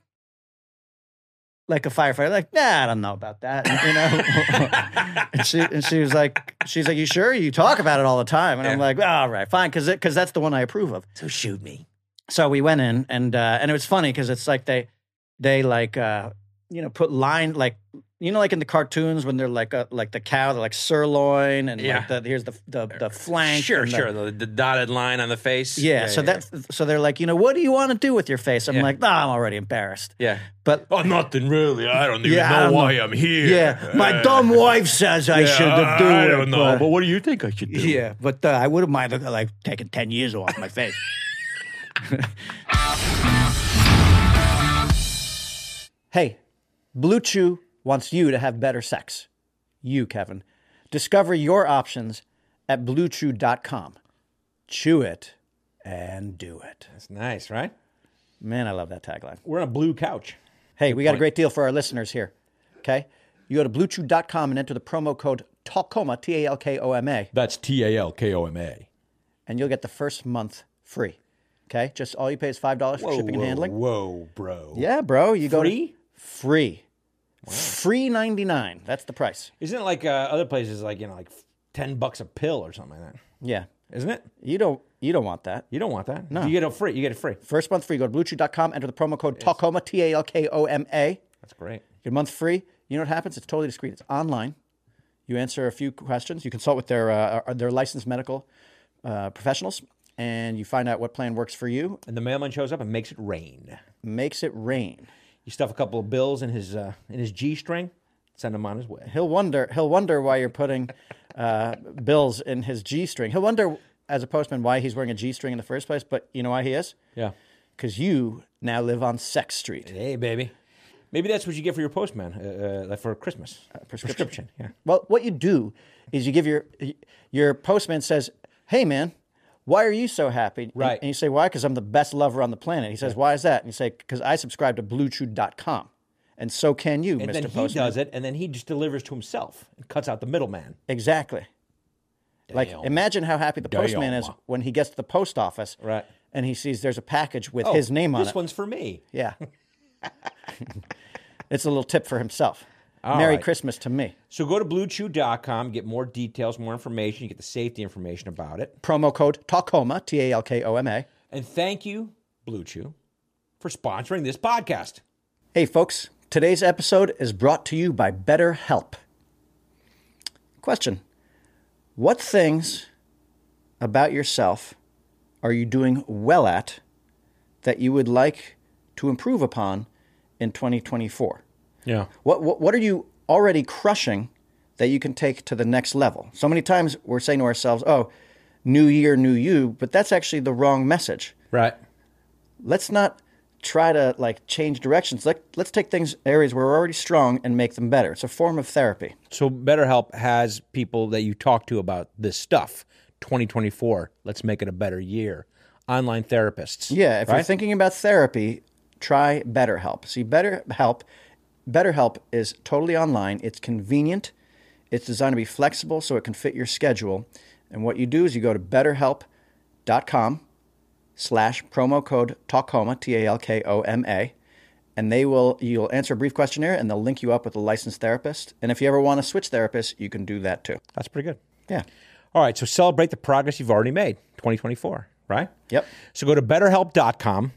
Speaker 2: like a firefighter like nah i don't know about that you know and she and she was like, she's like, you sure? You talk about it all the time, and I'm
Speaker 3: Yeah.
Speaker 2: like, all right, fine, because because that's the one I approve of.
Speaker 3: so shoot me.
Speaker 2: So we went in, and uh, and it was funny because it's like they they like uh, you know put line like you know like in the cartoons when they're like uh, like the cow they're like sirloin and
Speaker 3: Yeah. Uh,
Speaker 2: like the, here's the the the flank.
Speaker 3: Sure,
Speaker 2: and the-
Speaker 3: sure. The, the dotted line on the face.
Speaker 2: yeah, so that's so they're like, you know, what do you want to do with your face? I'm
Speaker 3: Yeah.
Speaker 2: like, oh, I'm already embarrassed.
Speaker 3: Yeah.
Speaker 2: But
Speaker 3: Oh, nothing really. I don't even
Speaker 2: Yeah, I
Speaker 3: know
Speaker 2: don't
Speaker 3: why
Speaker 2: know.
Speaker 3: I'm here.
Speaker 2: yeah, my dumb wife says I should
Speaker 3: I,
Speaker 2: do it.
Speaker 3: I don't know.
Speaker 2: but-
Speaker 3: But, what do you think I should do?
Speaker 2: Yeah, but uh, I wouldn't mind uh, like taking ten years off my face. hey, Blue Chew wants you to have better sex. You, Kevin, discover your options at BlueChew.com. Chew it and do it.
Speaker 1: That's nice, right?
Speaker 2: Man, I love that tagline.
Speaker 1: We're on a blue couch.
Speaker 2: Hey, we got a great deal for our listeners here. Okay, you go to BlueChew.com and enter the promo code Talkoma T A L K O M A.
Speaker 1: That's T A L K O M A.
Speaker 2: and you'll get the first month free. Okay, just all you pay is five dollars for shipping and handling.
Speaker 1: Whoa, bro.
Speaker 2: Yeah, bro, you go to-
Speaker 1: Free?
Speaker 2: free, free ninety nine. That's the price.
Speaker 1: Isn't it like uh, other places, like you know, like ten bucks a pill or something like that?
Speaker 2: Yeah,
Speaker 1: Isn't it?
Speaker 2: you don't you don't want that.
Speaker 1: You don't want that. No, you get it free. You get it free.
Speaker 2: First month free. Go to bluechew.com. Enter the promo code Talkoma T A L K O M A.
Speaker 1: That's great.
Speaker 2: Your month free. You know what happens? It's totally discreet. It's online. You answer a few questions. You consult with their uh, their licensed medical uh, professionals,
Speaker 11: and you find out what plan works for you.
Speaker 3: And the mailman shows up and makes it rain.
Speaker 11: Makes it rain.
Speaker 3: You stuff a couple of bills in his uh, in his G string, send him on his way.
Speaker 11: He'll wonder. He'll wonder why you're putting uh, bills in his G string. He'll wonder, as a postman, why he's wearing a G string in the first place. But you know why he is?
Speaker 3: Yeah.
Speaker 11: Because you now live on Sex Street.
Speaker 3: Hey, baby. Maybe that's what you get for your postman uh, uh, like for Christmas.
Speaker 11: prescription.
Speaker 3: Yeah.
Speaker 11: Well, what you do is you give your your postman says, "Hey, man." Why are you so happy? And-
Speaker 3: Right.
Speaker 11: And you say, why? Because I'm the best lover on the planet. He says, why is that? And you say, because I subscribe to BlueChew.com. And so can you,
Speaker 3: And
Speaker 11: Mr.
Speaker 3: then he
Speaker 11: Postman.
Speaker 3: does it, and then he just delivers to himself and cuts out the middleman.
Speaker 11: Exactly. Like
Speaker 3: Damn.
Speaker 11: imagine how happy the postman is
Speaker 3: Damn.
Speaker 11: when he gets to the post office,
Speaker 3: Right. Oh,
Speaker 11: And he sees there's a package with his name on
Speaker 3: This
Speaker 11: it.
Speaker 3: one's for me.
Speaker 11: yeah. it's a little tip for himself.
Speaker 3: All
Speaker 11: Merry
Speaker 3: right.
Speaker 11: Christmas to me.
Speaker 3: So go to bluechew.com, get more details, more information, you get the safety information about it.
Speaker 11: Promo code Tacoma T A L K O M A.
Speaker 3: And thank you, Blue Chew, for sponsoring this podcast.
Speaker 11: Hey folks, today's episode is brought to you by BetterHelp. Question: What things about yourself are you doing well at that you would like to improve upon in 2024?
Speaker 3: Yeah.
Speaker 11: What, what what are you already crushing that you can take to the next level? So many times we're saying to ourselves, "Oh, new year, new you," but that's actually the wrong message.
Speaker 3: Right.
Speaker 11: Let's not try to like change directions. Let, let's take things areas where we're already strong and make them better. It's a form of therapy.
Speaker 3: So BetterHelp has people that you talk to about this stuff. 2024, let's make it a better year. Online therapists.
Speaker 11: Yeah, if you're
Speaker 3: Right?
Speaker 11: thinking about therapy, try BetterHelp. See, BetterHelp, BetterHelp is totally online. It's convenient. It's designed to be flexible so it can fit your schedule. And what you do is you go to BetterHelp.com slash promo code Talkoma T A L K O M A, and they will you'll answer a brief questionnaire and they'll link you up with a licensed therapist. And if you ever want to switch therapists, you can do that too.
Speaker 3: That's pretty good.
Speaker 11: Yeah.
Speaker 3: All right, so celebrate the progress you've already made, 2024, right?
Speaker 11: Yep.
Speaker 3: So go to betterhelp.com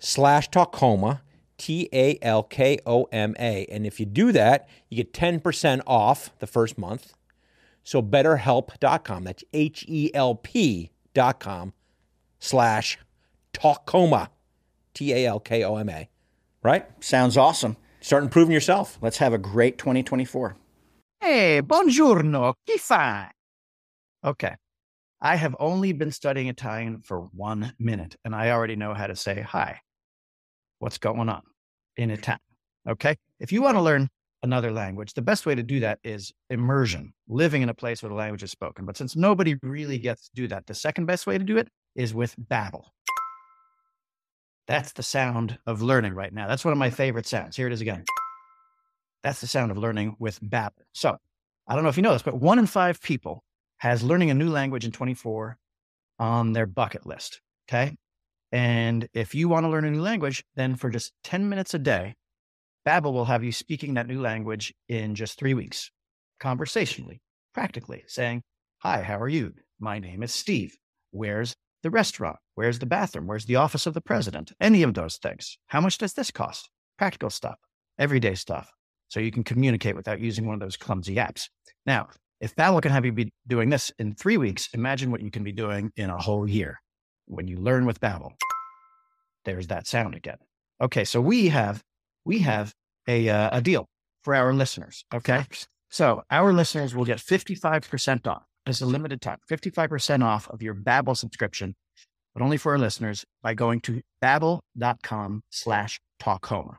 Speaker 3: slash Tacoma, T A L K O M A. And if you do that, you get 10% off the first month. So betterhelp.com, that's H E L P.com slash Tacoma, T A L K O M A, right?
Speaker 11: Sounds awesome.
Speaker 3: Start improving yourself.
Speaker 11: Let's have a great 2024.
Speaker 2: Hey, buongiorno, chi fa? Okay. I have only been studying Italian for one minute, and I already know how to say hi. What's going on in Italian? Okay. If you want to learn another language, the best way to do that is immersion, living in a place where the language is spoken. But since nobody really gets to do that, the second best way to do it is with Babbel. That's the sound of learning right now. That's one of my favorite sounds. Here it is again. That's the sound of learning with Babbel. So I don't know if you know this, but one in five people has learning a new language in 24 on their bucket list. Okay. And if you want to learn a new language, then for just 10 minutes a day, Babbel will have you speaking that new language in just three weeks, conversationally, practically, saying, Hi, how are you? My name is Steve. Where's the restaurant? Where's the bathroom? Where's the office of the president? Any of those things. How much does this cost? Practical stuff, everyday stuff so you can communicate without using one of those clumsy apps. Now, if Babbel can have you be doing this in three weeks, imagine what you can be doing in a whole year when you learn with Babbel. There's that sound again. Okay, so we have we have a uh, a deal for our listeners. Okay, so our listeners will get 55% off. This is a limited time, 55% off of your Babbel subscription, but only for our listeners by going to babbel.com slash talkhoma.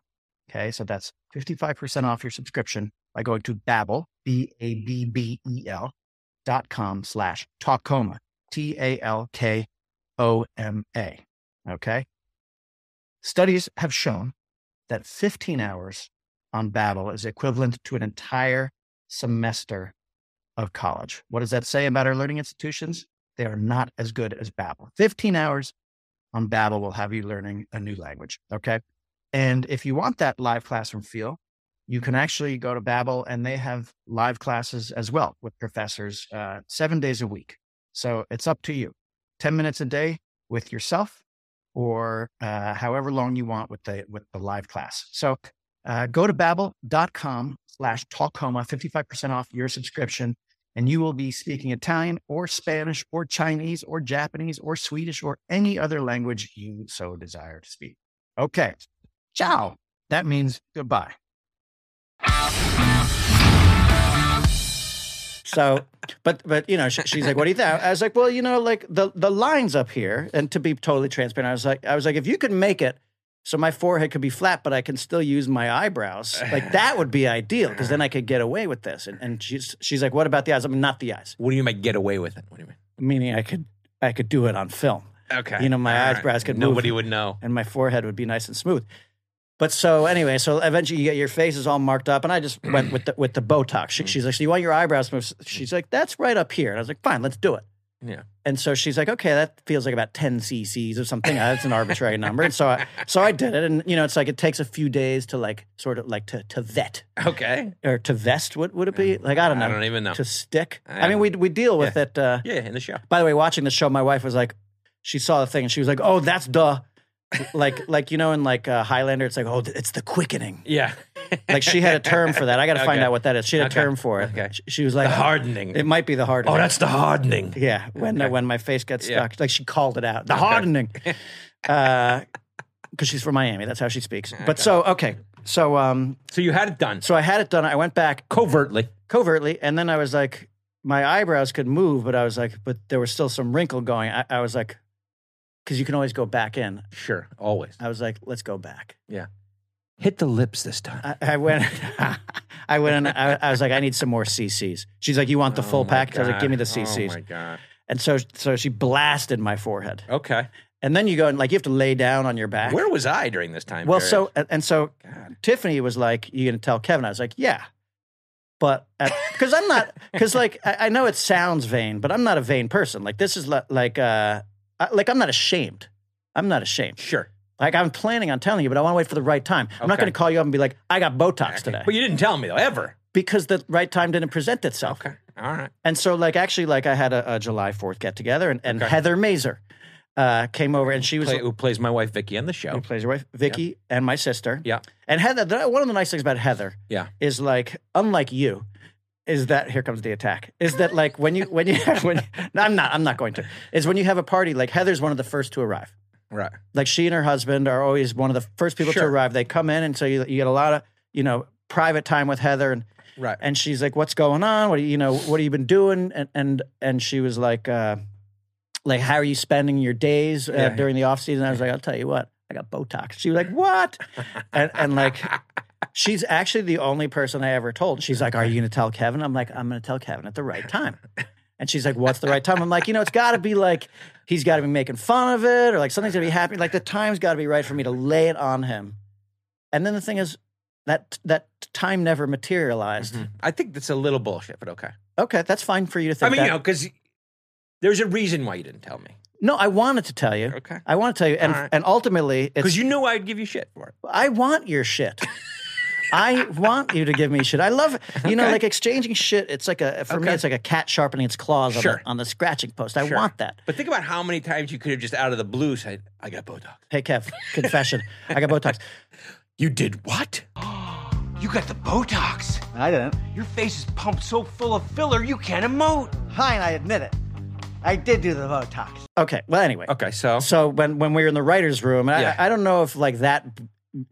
Speaker 2: Okay, so that's 55% off your subscription by going to Babbel, B-A-B-B-E-L E dot com slash Talkoma, T-A-L-K-O-M-A. Okay. Studies have shown that 15 hours on Babbel is equivalent to an entire semester of college. What does that say about our learning institutions? They are not as good as Babbel. 15 hours on Babbel will have you learning a new language. Okay. And if you want that live classroom feel, you can actually go to Babbel and they have live classes as well with professors uh, seven days a week. So it's up to you. 10 minutes a day with yourself or uh, however long you want with the, with the live class. So uh, go to babbel.com slash Talkoma, 55% off your subscription
Speaker 10: and you will be speaking Italian or Spanish or Chinese or Japanese or Swedish or any other language you so desire to speak. Okay. Ciao. That means goodbye.
Speaker 2: So, but but you know, she, she's like, "What do you think?" I was like, "Well, you know, like the the lines up here." And to be totally transparent, I was like, "I was like, if you could make it so my forehead could be flat, but I can still use my eyebrows, like that would be ideal because then I could get away with this." And, and she's she's like, "What about the eyes?" I mean, not the eyes,
Speaker 3: What do you mean by get away with it? What do you mean?
Speaker 2: meaning I could I could do it on film,
Speaker 3: Okay.
Speaker 2: You know, my
Speaker 3: All
Speaker 2: eyebrows could move.
Speaker 3: Nobody would know.
Speaker 2: and my forehead would be nice and smooth. But so anyway, so eventually you get your face is all marked up, and I just went with the with the Botox. She, she's like, "So you want your eyebrows?" moved?" She's like, "That's right up here," and I was like, "Fine, let's do it."
Speaker 3: Yeah.
Speaker 2: And so she's like, "Okay, that feels like about ten cc's or something. Uh, That's an arbitrary number." And so I so I did it, and you know, it's like it takes a few days to like sort of like to to vet
Speaker 3: Okay. Um,
Speaker 2: or to vest. What would it be? Like I don't know.
Speaker 3: I don't even know.
Speaker 2: To stick.
Speaker 3: I
Speaker 2: I, mean, we we deal with it. Uh,
Speaker 3: Yeah, in the show.
Speaker 2: by the way, watching the show, my wife was like, she saw the thing and she was like, "Oh, that's duh." like, like you know, in like uh, Highlander, it's like, "Oh, it's the quickening."
Speaker 3: Yeah.
Speaker 2: Like she had a term for that. I got to find
Speaker 3: Okay.
Speaker 2: out what that is. She had
Speaker 3: Okay.
Speaker 2: a term for it.
Speaker 3: Okay.
Speaker 2: She, she was like,
Speaker 3: The hardening.
Speaker 2: It might be the hardening.
Speaker 3: oh, that's the hardening.
Speaker 2: yeah." When when my face gets
Speaker 3: Yeah.
Speaker 2: stuck, like she called it out, the hardening, because she's from Miami. That's how she speaks. But so okay, so um,
Speaker 3: So you had it done
Speaker 2: so I had it done. I went back
Speaker 3: covertly.
Speaker 2: covertly, and then I was like, my eyebrows could move, but I was like, but there was still some wrinkle going. I, I was like, because you can always go back in.
Speaker 3: Sure. Always.
Speaker 2: I was like, let's go back.
Speaker 3: Hit the lips this time.
Speaker 2: I, I went, I went, and I, I was like, I need some more CCs. She's like, you want the
Speaker 3: Oh
Speaker 2: full
Speaker 3: my
Speaker 2: package? I was like,
Speaker 3: God.
Speaker 2: give me the
Speaker 3: Oh my
Speaker 2: CCs.
Speaker 3: god.
Speaker 2: and so, so she blasted my forehead,
Speaker 3: Okay.
Speaker 2: and then you go and like you have to lay down on your back.
Speaker 3: Where was I during this time?
Speaker 2: well,
Speaker 3: period?
Speaker 2: so and- and so
Speaker 3: God.
Speaker 2: Tiffany was like, "You gonna tell Kevin?" I was like, "Yeah," but because I'm not because like I, I know it sounds vain, but I'm not a vain person. Like this is li- like uh I, like I'm not ashamed. I'm not ashamed.
Speaker 3: sure.
Speaker 2: Like I'm planning on telling you, but I want to wait for the right time. I'm not
Speaker 3: Okay.
Speaker 2: going to call you up and be like, "I got Botox today,"
Speaker 3: But you didn't tell me though ever.
Speaker 2: because the right time didn't present itself.
Speaker 3: Okay. All right.
Speaker 2: And so, like, actually, like I had a, a July Fourth get together, and, and Heather Mazer uh, came over, and she was
Speaker 3: Play, who plays my wife Vicky on the show?
Speaker 2: who plays your wife, Vicky, and my sister.
Speaker 3: Yeah.
Speaker 2: And Heather, the- one of the nice things about Heather
Speaker 3: Yeah.
Speaker 2: is like, unlike you, is that here comes the attack? Is that like when you when you have when no, I'm not I'm not going to is when you have a party like Heather's one of the first to arrive.
Speaker 3: Right.
Speaker 2: Like she and her husband are always one of the first people
Speaker 3: Sure.
Speaker 2: to arrive. They come in, and so you, you get a lot of you know private time with Heather, and
Speaker 3: Right.
Speaker 2: and she's like, "What's going on? What do you, you know? What have you been doing?" And and and she was like, uh, "Like, how are you spending your days uh,
Speaker 3: Yeah.
Speaker 2: during the off season?" I was like, "I'll tell you what, I got Botox." She was like, "What?" and and like, she's actually the only person I ever told. She's like, "Are you going to tell Kevin?" I'm like, "I'm going to tell Kevin at the right time." And she's like, "What's the right time?" I'm like, "You know, it's got to be like he's got to be making fun of it, or like something's going to be happening. Like the time's got to be right for me to lay it on him." And then the thing is. That that time never materialized.
Speaker 3: I think that's a little bullshit, but okay.
Speaker 2: Okay, that's fine for you to
Speaker 3: I
Speaker 2: think.
Speaker 3: mean, you
Speaker 2: that.
Speaker 3: know, because there's a reason why you didn't tell me.
Speaker 2: no, I wanted to tell you.
Speaker 3: Okay.
Speaker 2: I want to tell you, and
Speaker 3: All right.
Speaker 2: and ultimately, it's
Speaker 3: Because you knew I'd give you shit for it.
Speaker 2: I want your shit. I want you to give me shit. I love you know,
Speaker 3: Okay.
Speaker 2: like exchanging shit. It's like a for me,
Speaker 3: Okay.
Speaker 2: it's like a cat sharpening its claws on,
Speaker 3: Sure.
Speaker 2: the, on the scratching post. I
Speaker 3: Sure.
Speaker 2: want that.
Speaker 3: But think about how many times you could have just out of the blue said, I got Botox.
Speaker 2: Hey, Kev, confession. I got Botox.
Speaker 3: You did what?
Speaker 12: You got the Botox.
Speaker 7: I didn't.
Speaker 12: Your face is pumped so full of filler you can't emote.
Speaker 7: Fine, I admit it. I did do the Botox.
Speaker 2: Okay. Well, anyway.
Speaker 3: Okay, so
Speaker 2: So when when we were in the writers' room, and
Speaker 3: Yeah.
Speaker 2: I, I don't know if like that b-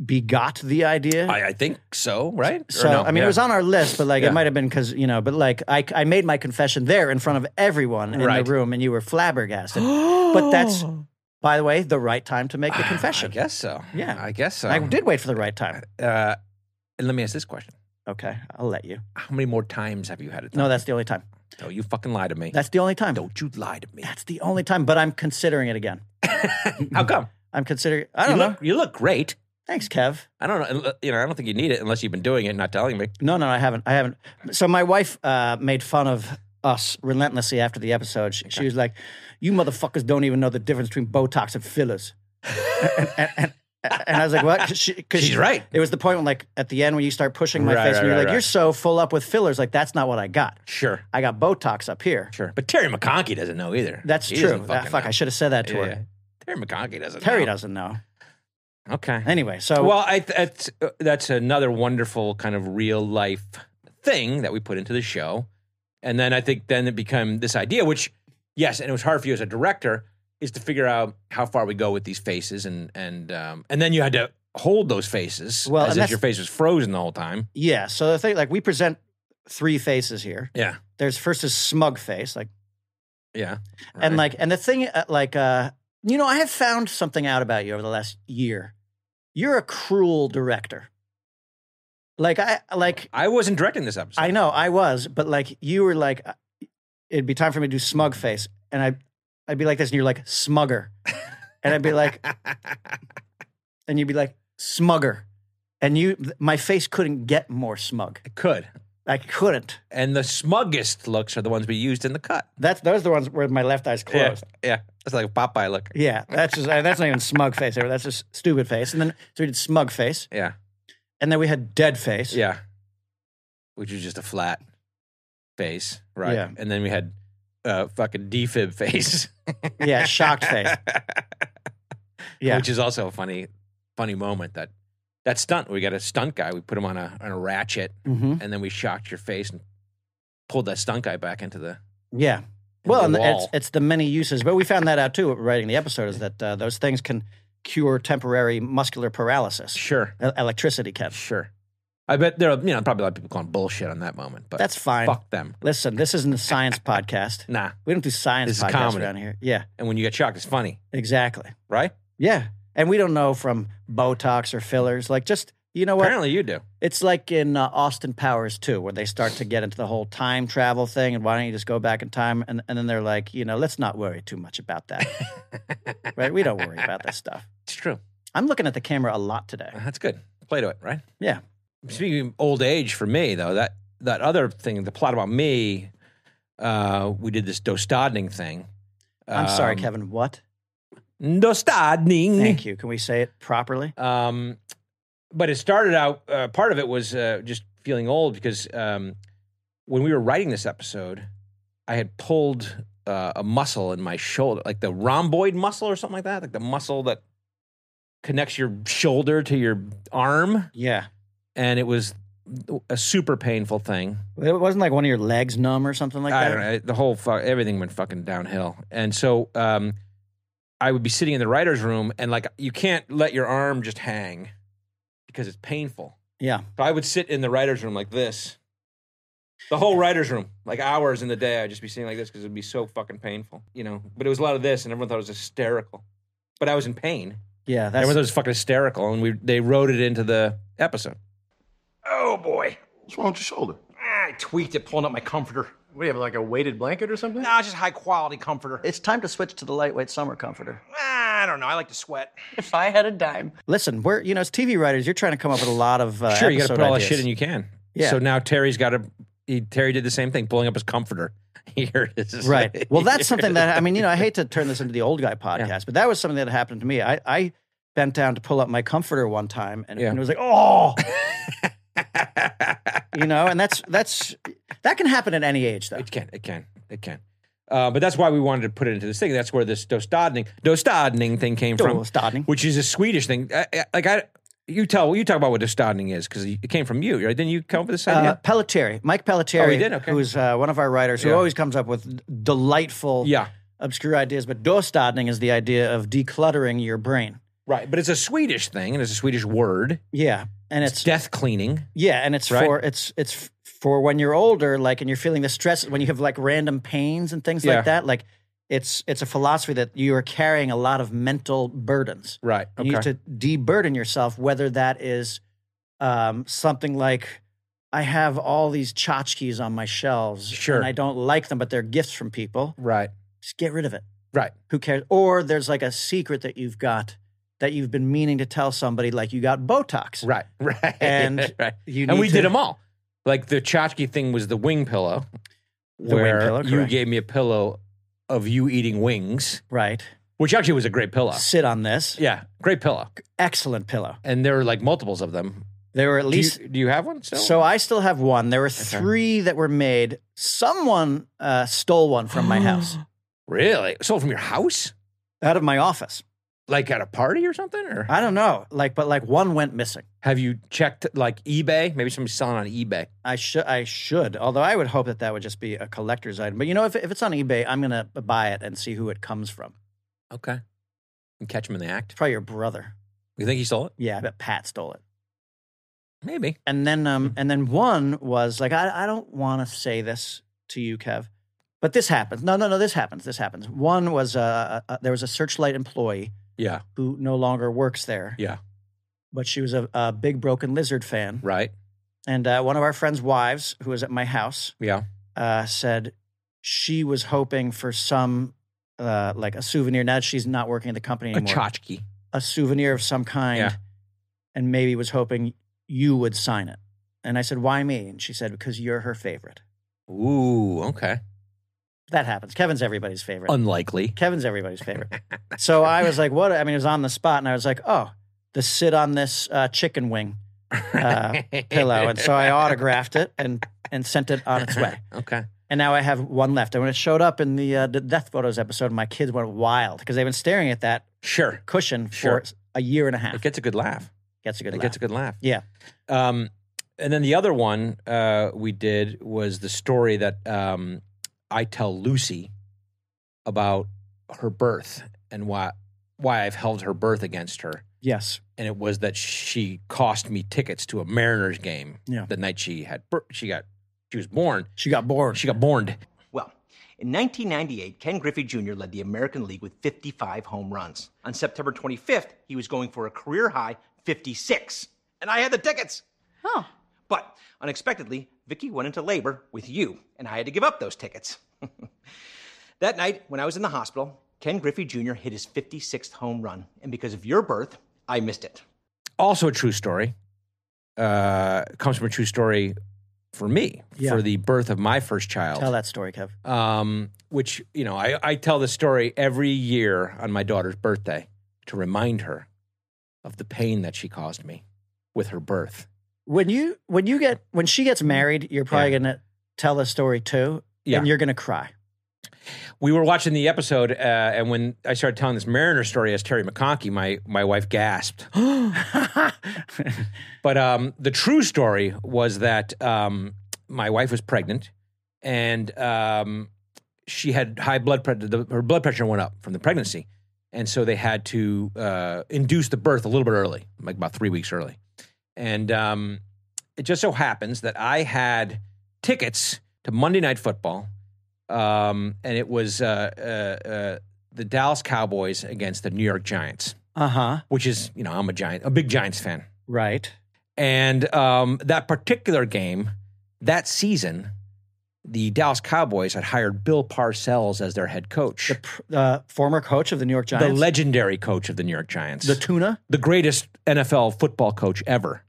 Speaker 2: begot the idea.
Speaker 3: I, I think so, right? Or
Speaker 2: So
Speaker 3: no?
Speaker 2: I mean,
Speaker 3: Yeah.
Speaker 2: it was on our list, but like
Speaker 3: Yeah.
Speaker 2: it might have been because you know, but like I, I made my confession there in front of everyone in
Speaker 3: Right.
Speaker 2: the room, and you were flabbergasted. but that's, by the way, the right time to make the confession.
Speaker 3: Ah, I guess so.
Speaker 2: Yeah.
Speaker 3: I guess so.
Speaker 2: I did wait for the right time.
Speaker 3: Uh, and let me ask this question:
Speaker 2: Okay, I'll let you.
Speaker 3: How many more times have you had it? done?
Speaker 2: No, that's the only time.
Speaker 3: no, you fucking lie to me.
Speaker 2: That's the only time.
Speaker 3: Don't you lie to me?
Speaker 2: That's the only time. But I'm considering it again.
Speaker 3: How come?
Speaker 2: I'm considering. I
Speaker 3: you
Speaker 2: don't know.
Speaker 3: look you look great.
Speaker 2: Thanks, Kev.
Speaker 3: I don't know. uh, You know, I don't think you need it unless you've been doing it and not telling me.
Speaker 2: No, no, I haven't. I haven't. So my wife uh, made fun of us relentlessly after the episode. She, she was like, "You motherfuckers don't even know the difference between Botox and fillers." and, and, and, and I was like, "What?" Cause she, 'cause
Speaker 3: She's right.
Speaker 2: It was the point when, like, at the end when you start pushing my
Speaker 3: Right,
Speaker 2: face,
Speaker 3: right,
Speaker 2: and you're
Speaker 3: right,
Speaker 2: like,
Speaker 3: right.
Speaker 2: "You're so full up with fillers." Like, that's not what I got.
Speaker 3: Sure,
Speaker 2: I got Botox up here.
Speaker 3: sure. But Terry McConkie doesn't know either.
Speaker 2: That's
Speaker 3: He
Speaker 2: true.
Speaker 3: doesn't
Speaker 2: Ah,
Speaker 3: fucking
Speaker 2: fuck,
Speaker 3: know.
Speaker 2: I should have said that to
Speaker 3: Yeah,
Speaker 2: her.
Speaker 3: yeah. Terry McConkie doesn't.
Speaker 2: Terry
Speaker 3: know.
Speaker 2: doesn't know.
Speaker 3: Okay.
Speaker 2: Anyway, so
Speaker 3: well, I, that's uh, that's another wonderful kind of real life thing that we put into the show, And then I think then it became this idea, which yes, and it was hard for you as a director, is to figure out how far we go with these faces, and and um, and then you had to hold those faces
Speaker 2: Well,
Speaker 3: well, as
Speaker 2: and
Speaker 3: if
Speaker 2: that's-
Speaker 3: your face was frozen the whole time.
Speaker 2: Yeah. So the thing, like, we present three faces here.
Speaker 3: Yeah,
Speaker 2: There's first is smug face, like,
Speaker 3: yeah,
Speaker 2: and
Speaker 3: Right.
Speaker 2: like, and the thing, uh, like, uh, you know, I have found something out about you over the last year. You're a cruel director. Like I,
Speaker 3: Oh,
Speaker 2: like
Speaker 3: I wasn't directing this episode.
Speaker 2: I know I was, but like you were like, uh, it'd be time for me to do smug face, and I, I'd be like this, and you're like smugger, and I'd be like, and you'd be like smugger, and you, my face couldn't get more smug.
Speaker 3: I could.
Speaker 2: I couldn't.
Speaker 3: And the smuggest looks are the ones we used in the cut.
Speaker 2: That's those are the ones where my left eye's closed.
Speaker 3: Yeah, yeah. it's like a Popeye look.
Speaker 2: Yeah, that's just, that's not even smug face. That's just stupid face. And then so we did smug face,
Speaker 3: Yeah,
Speaker 2: and then we had dead face.
Speaker 3: yeah, which is just a flat face, right?
Speaker 2: Yeah.
Speaker 3: And then we had uh, fucking defib face.
Speaker 2: yeah, shocked face. Yeah,
Speaker 3: which is also a funny, funny moment that that stunt. We got a stunt guy. We put him on a on a ratchet,
Speaker 2: Mhm.
Speaker 3: and then we shocked your face and pulled that stunt guy back into the.
Speaker 2: yeah. Well, and
Speaker 3: the
Speaker 2: it's,
Speaker 3: wall.
Speaker 2: it's the many uses, but we found that out too. Writing the episode is that uh, those things can cure temporary muscular paralysis.
Speaker 3: Sure,
Speaker 2: E- Electricity can.
Speaker 3: sure. I bet there are you know probably a lot of people calling bullshit on that moment, but
Speaker 2: That's fine.
Speaker 3: fuck them.
Speaker 2: Listen, this isn't a science podcast.
Speaker 3: Nah.
Speaker 2: We don't do science
Speaker 3: This is
Speaker 2: podcasts
Speaker 3: comedy.
Speaker 2: around here. Yeah,
Speaker 3: And when you get shocked, it's funny,
Speaker 2: exactly.
Speaker 3: right?
Speaker 2: Yeah, and we don't know from Botox or fillers. Like, just you know what?
Speaker 3: Apparently, you do.
Speaker 2: It's like in uh, Austin Powers too, where they start to get into the whole time travel thing, and why don't you just go back in time? And, and then they're like, you know, let's not worry too much about that, right? We don't worry about that stuff.
Speaker 3: It's true.
Speaker 2: I'm looking at the camera a lot today.
Speaker 3: That's good. Play to it, right?
Speaker 2: Yeah,
Speaker 3: Speaking of old age, for me though, that that other thing, the plot about me, uh, we did this Dostodning thing.
Speaker 2: I'm sorry,
Speaker 3: Um,
Speaker 2: Kevin. What?
Speaker 3: Dostadning.
Speaker 2: Thank you. Can we say it properly?
Speaker 3: Um, but it started out. Uh, part of it was uh, just feeling old because um, when we were writing this episode, I had pulled uh, a muscle in my shoulder, like the rhomboid muscle or something like that, like the muscle that connects your shoulder to your arm,
Speaker 2: Yeah.
Speaker 3: and it was a super painful thing.
Speaker 2: It wasn't like one of your legs numb or something like that.
Speaker 3: I don't know. eh, The whole fu- everything went fucking downhill, and so um, I would be sitting in the writers' room, and like you can't let your arm just hang because it's painful.
Speaker 2: Yeah.
Speaker 3: So I would sit in the writers' room like this, the whole writers' room, like hours in the day. I'd just be sitting like this because it'd be so fucking painful, you know. But it was a lot of this, and everyone thought it was hysterical. But I was in pain.
Speaker 2: Yeah. That's.
Speaker 3: Everyone thought it was fucking hysterical, and we they wrote it into the episode.
Speaker 12: Oh boy.
Speaker 13: What's wrong with your shoulder?
Speaker 12: I tweaked it pulling up my comforter.
Speaker 4: What do you have, like a weighted blanket or something?
Speaker 12: Nah, it's just high quality comforter.
Speaker 7: It's time to switch to the lightweight summer comforter.
Speaker 12: Ah, I don't know. I like to sweat.
Speaker 9: If I had a dime.
Speaker 2: Listen, we're you know as TV writers, you're trying to come up with a lot of uh,
Speaker 3: sure, you got to
Speaker 2: episode
Speaker 3: put all that
Speaker 2: ideas.
Speaker 3: shit in you can.
Speaker 2: Yeah.
Speaker 3: So now Terry's got to. He, Terry did the same thing, pulling up his comforter. Here it is.
Speaker 2: Right. Well,
Speaker 3: Here
Speaker 2: that's something that
Speaker 3: it
Speaker 2: I mean, you know, I hate to turn this into the old guy podcast, but that was something that happened to me. I, I bent down to pull up my comforter one time, and,
Speaker 3: Yeah.
Speaker 2: and it was like, oh, you know, and that's that's that can happen at any age, though.
Speaker 3: is. It can. It can. It can. Uh, but that's why we wanted to put it into this thing. That's where this dostadning dostadning thing came from,
Speaker 2: Dostadning.
Speaker 3: which is a Swedish thing. I, I, like I, you tell you talk about what dostadning is because it came from you. Right? Didn't you come up with this idea?
Speaker 2: Uh, Pelletieri, Mike Pelletieri,
Speaker 3: Oh, he did? Okay.
Speaker 2: who's uh, one of our writers who
Speaker 3: Yeah.
Speaker 2: always comes up with delightful,
Speaker 3: yeah.
Speaker 2: obscure ideas. But dostadning is the idea of decluttering your brain.
Speaker 3: Right. But it's a Swedish thing, and it's a Swedish word.
Speaker 2: Yeah, and
Speaker 3: It's,
Speaker 2: it's
Speaker 3: death cleaning.
Speaker 2: Yeah, and it's
Speaker 3: Right?
Speaker 2: for it's it's for when you're older, like, and you're feeling the stress when you have like random pains and things
Speaker 3: Yeah.
Speaker 2: like that. Like, it's it's a philosophy that you are carrying a lot of mental burdens.
Speaker 3: Right.
Speaker 2: You need to de-burden yourself, whether that is um, something like I have all these tchotchkes on my shelves,
Speaker 3: Sure.
Speaker 2: and I don't like them, but they're gifts from people.
Speaker 3: Right.
Speaker 2: Just get rid of it.
Speaker 3: Right.
Speaker 2: Who cares? Or there's like a secret that you've got that you've been meaning to tell somebody, like you got Botox.
Speaker 3: Right. Right.
Speaker 2: And
Speaker 3: right.
Speaker 2: you
Speaker 3: and
Speaker 2: need
Speaker 3: we
Speaker 2: to-
Speaker 3: did them all. Like the tchotchke thing was the wing pillow,
Speaker 2: The wing
Speaker 3: where
Speaker 2: pillow,
Speaker 3: you
Speaker 2: correct.
Speaker 3: gave me a pillow of you eating wings,
Speaker 2: Right.
Speaker 3: which actually was a great pillow.
Speaker 2: Sit on this.
Speaker 3: Yeah, great pillow.
Speaker 2: excellent pillow.
Speaker 3: And there were like multiples of them.
Speaker 2: There were at
Speaker 3: Do you,
Speaker 2: least.
Speaker 3: do you have one still?
Speaker 2: so I still have one. There were three that were made. Someone uh, stole one from my house,
Speaker 3: really sold from your house?
Speaker 2: out of my office.
Speaker 3: Like at a party or something? Or
Speaker 2: I don't know. Like, but like one went missing.
Speaker 3: have you checked like eBay? Maybe somebody's selling on eBay.
Speaker 2: I should. I should. Although I would hope that that would just be a collector's item. But you know, if if it's on eBay, I'm gonna buy it and see who it comes from.
Speaker 3: Okay. And catch him in the act.
Speaker 2: It's probably your brother.
Speaker 3: You think he stole it?
Speaker 2: Yeah, I bet Pat stole it.
Speaker 3: Maybe.
Speaker 2: And then, um,
Speaker 3: Mm-hmm.
Speaker 2: and then one was like, I, I don't want to say this to you, Kev, but this happens. No, no, no, this happens. This happens. One was uh, uh, there was a Searchlight employee
Speaker 3: Yeah.
Speaker 2: who no longer works there,
Speaker 3: Yeah.
Speaker 2: but she was a, a big Broken Lizard fan,
Speaker 3: Right.
Speaker 2: and uh, one of our friends' wives, who was at my house,
Speaker 3: Yeah.
Speaker 2: uh, said she was hoping for some uh, like a souvenir. Now that she's not working at the company
Speaker 3: A
Speaker 2: anymore,
Speaker 3: tchotchke.
Speaker 2: a souvenir of some kind,
Speaker 3: Yeah.
Speaker 2: and maybe was hoping you would sign it. And I said, "Why me?" And she said, "Because you're her favorite."
Speaker 3: Ooh. Okay.
Speaker 2: That happens. Kevin's everybody's favorite.
Speaker 3: Unlikely.
Speaker 2: Kevin's everybody's favorite. so I was like, "What?" I mean, it was on the spot, and I was like, "Oh, the sit on this uh, chicken wing uh, pillow." And so I autographed it and and sent it on its way.
Speaker 3: Okay.
Speaker 2: And now I have one left. And when it showed up in the, uh, the Death Photos episode, my kids went wild because they've been staring at that
Speaker 3: Sure.
Speaker 2: cushion
Speaker 3: Sure.
Speaker 2: for a year and a half.
Speaker 3: It gets a good laugh.
Speaker 2: Gets a good
Speaker 3: it
Speaker 2: laugh.
Speaker 3: gets a good laugh.
Speaker 2: yeah.
Speaker 3: Um, and then the other one uh, we did was the story that um, I tell Lucy about her birth and why why I've held her birth against her.
Speaker 2: Yes.
Speaker 3: And it was that she cost me tickets to a Mariners game
Speaker 2: Yeah.
Speaker 3: the night she had bir- she got she was born
Speaker 2: She got bored.
Speaker 3: she got borned.
Speaker 12: Well, in 1998, Ken Griffey Jr. led the American League with 55 home runs. On September 25th, he was going for a career high 56, and I had the tickets.
Speaker 9: Oh,
Speaker 12: But unexpectedly, Vicky went into labor with you, and I had to give up those tickets. that night, when I was in the hospital, Ken Griffey Jr. hit his 56th home run, and because of your birth, I missed it.
Speaker 3: Also a true story. Uh, comes from a true story for me
Speaker 2: Yeah.
Speaker 3: for the birth of my first child.
Speaker 2: Tell that story, Kev. Uh,
Speaker 3: um, which you know I, I tell the story every year on my daughter's birthday to remind her of the pain that she caused me with her birth
Speaker 2: When you when you get when she gets married, you're probably
Speaker 3: Mm-hmm. Yeah.
Speaker 2: gonna tell the story too,
Speaker 3: Yeah.
Speaker 2: and you're gonna cry.
Speaker 3: we were watching the episode uh, and when i started telling this mariner story as terry mcconkey my, my wife gasped but um, the true story was that um, my wife was pregnant and um, she had high blood pressure the, her blood pressure went up from the pregnancy and so they had to uh, induce the birth a little bit early like about three weeks early and um, it just so happens that i had tickets to monday night football um, and it was uh, uh, uh, the dallas cowboys against the new york giants
Speaker 2: uh huh.
Speaker 3: which is you know i'm a giant a big giants fan
Speaker 2: Right.
Speaker 3: and um, that particular game, that season, the Dallas Cowboys had hired Bill Parcells as their head coach,
Speaker 2: The pr- uh, former coach of the New York
Speaker 3: the
Speaker 2: Giants,
Speaker 3: legendary coach of the New York Giants,
Speaker 2: the tuna.
Speaker 3: the greatest NFL football coach ever.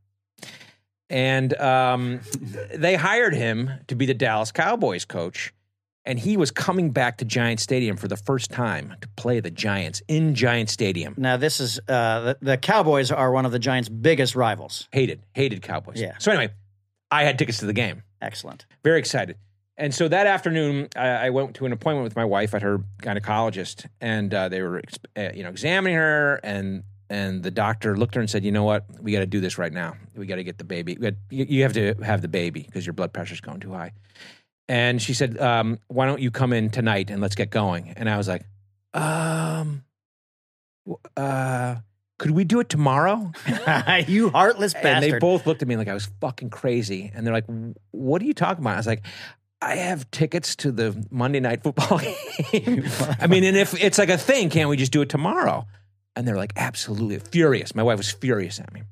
Speaker 3: And um, they hired him to be the Dallas Cowboys coach. And he was coming back to Giant Stadium for the first time to play the Giants in Giant Stadium.
Speaker 2: Now this is uh, the, the Cowboys are one of the Giants' biggest rivals.
Speaker 3: Hated, hated Cowboys.
Speaker 2: Yeah.
Speaker 3: So, anyway, I had tickets to the game.
Speaker 2: Excellent.
Speaker 3: very excited. And so that afternoon, I, I went to an appointment with my wife at her gynecologist, and uh, they were, ex- uh, you know, examining her, and and the doctor looked at her and said, "You know what? We got to do this right now. We got to get the baby. We got, you, you have to have the baby because your blood pressure's going too high." And she said, um, "Why don't you come in tonight and let's get going?" And I was like, "Um, w- uh, could we do it tomorrow?"
Speaker 2: you heartless
Speaker 3: and
Speaker 2: bastard.
Speaker 3: they both looked at me like I was fucking crazy. And they're like, "What are you talking about?" I was like, "I have tickets to the Monday night football game. I mean, and if it's like a thing, can't we just do it tomorrow?" And they're like, "Absolutely!" Furious. My wife was furious at me.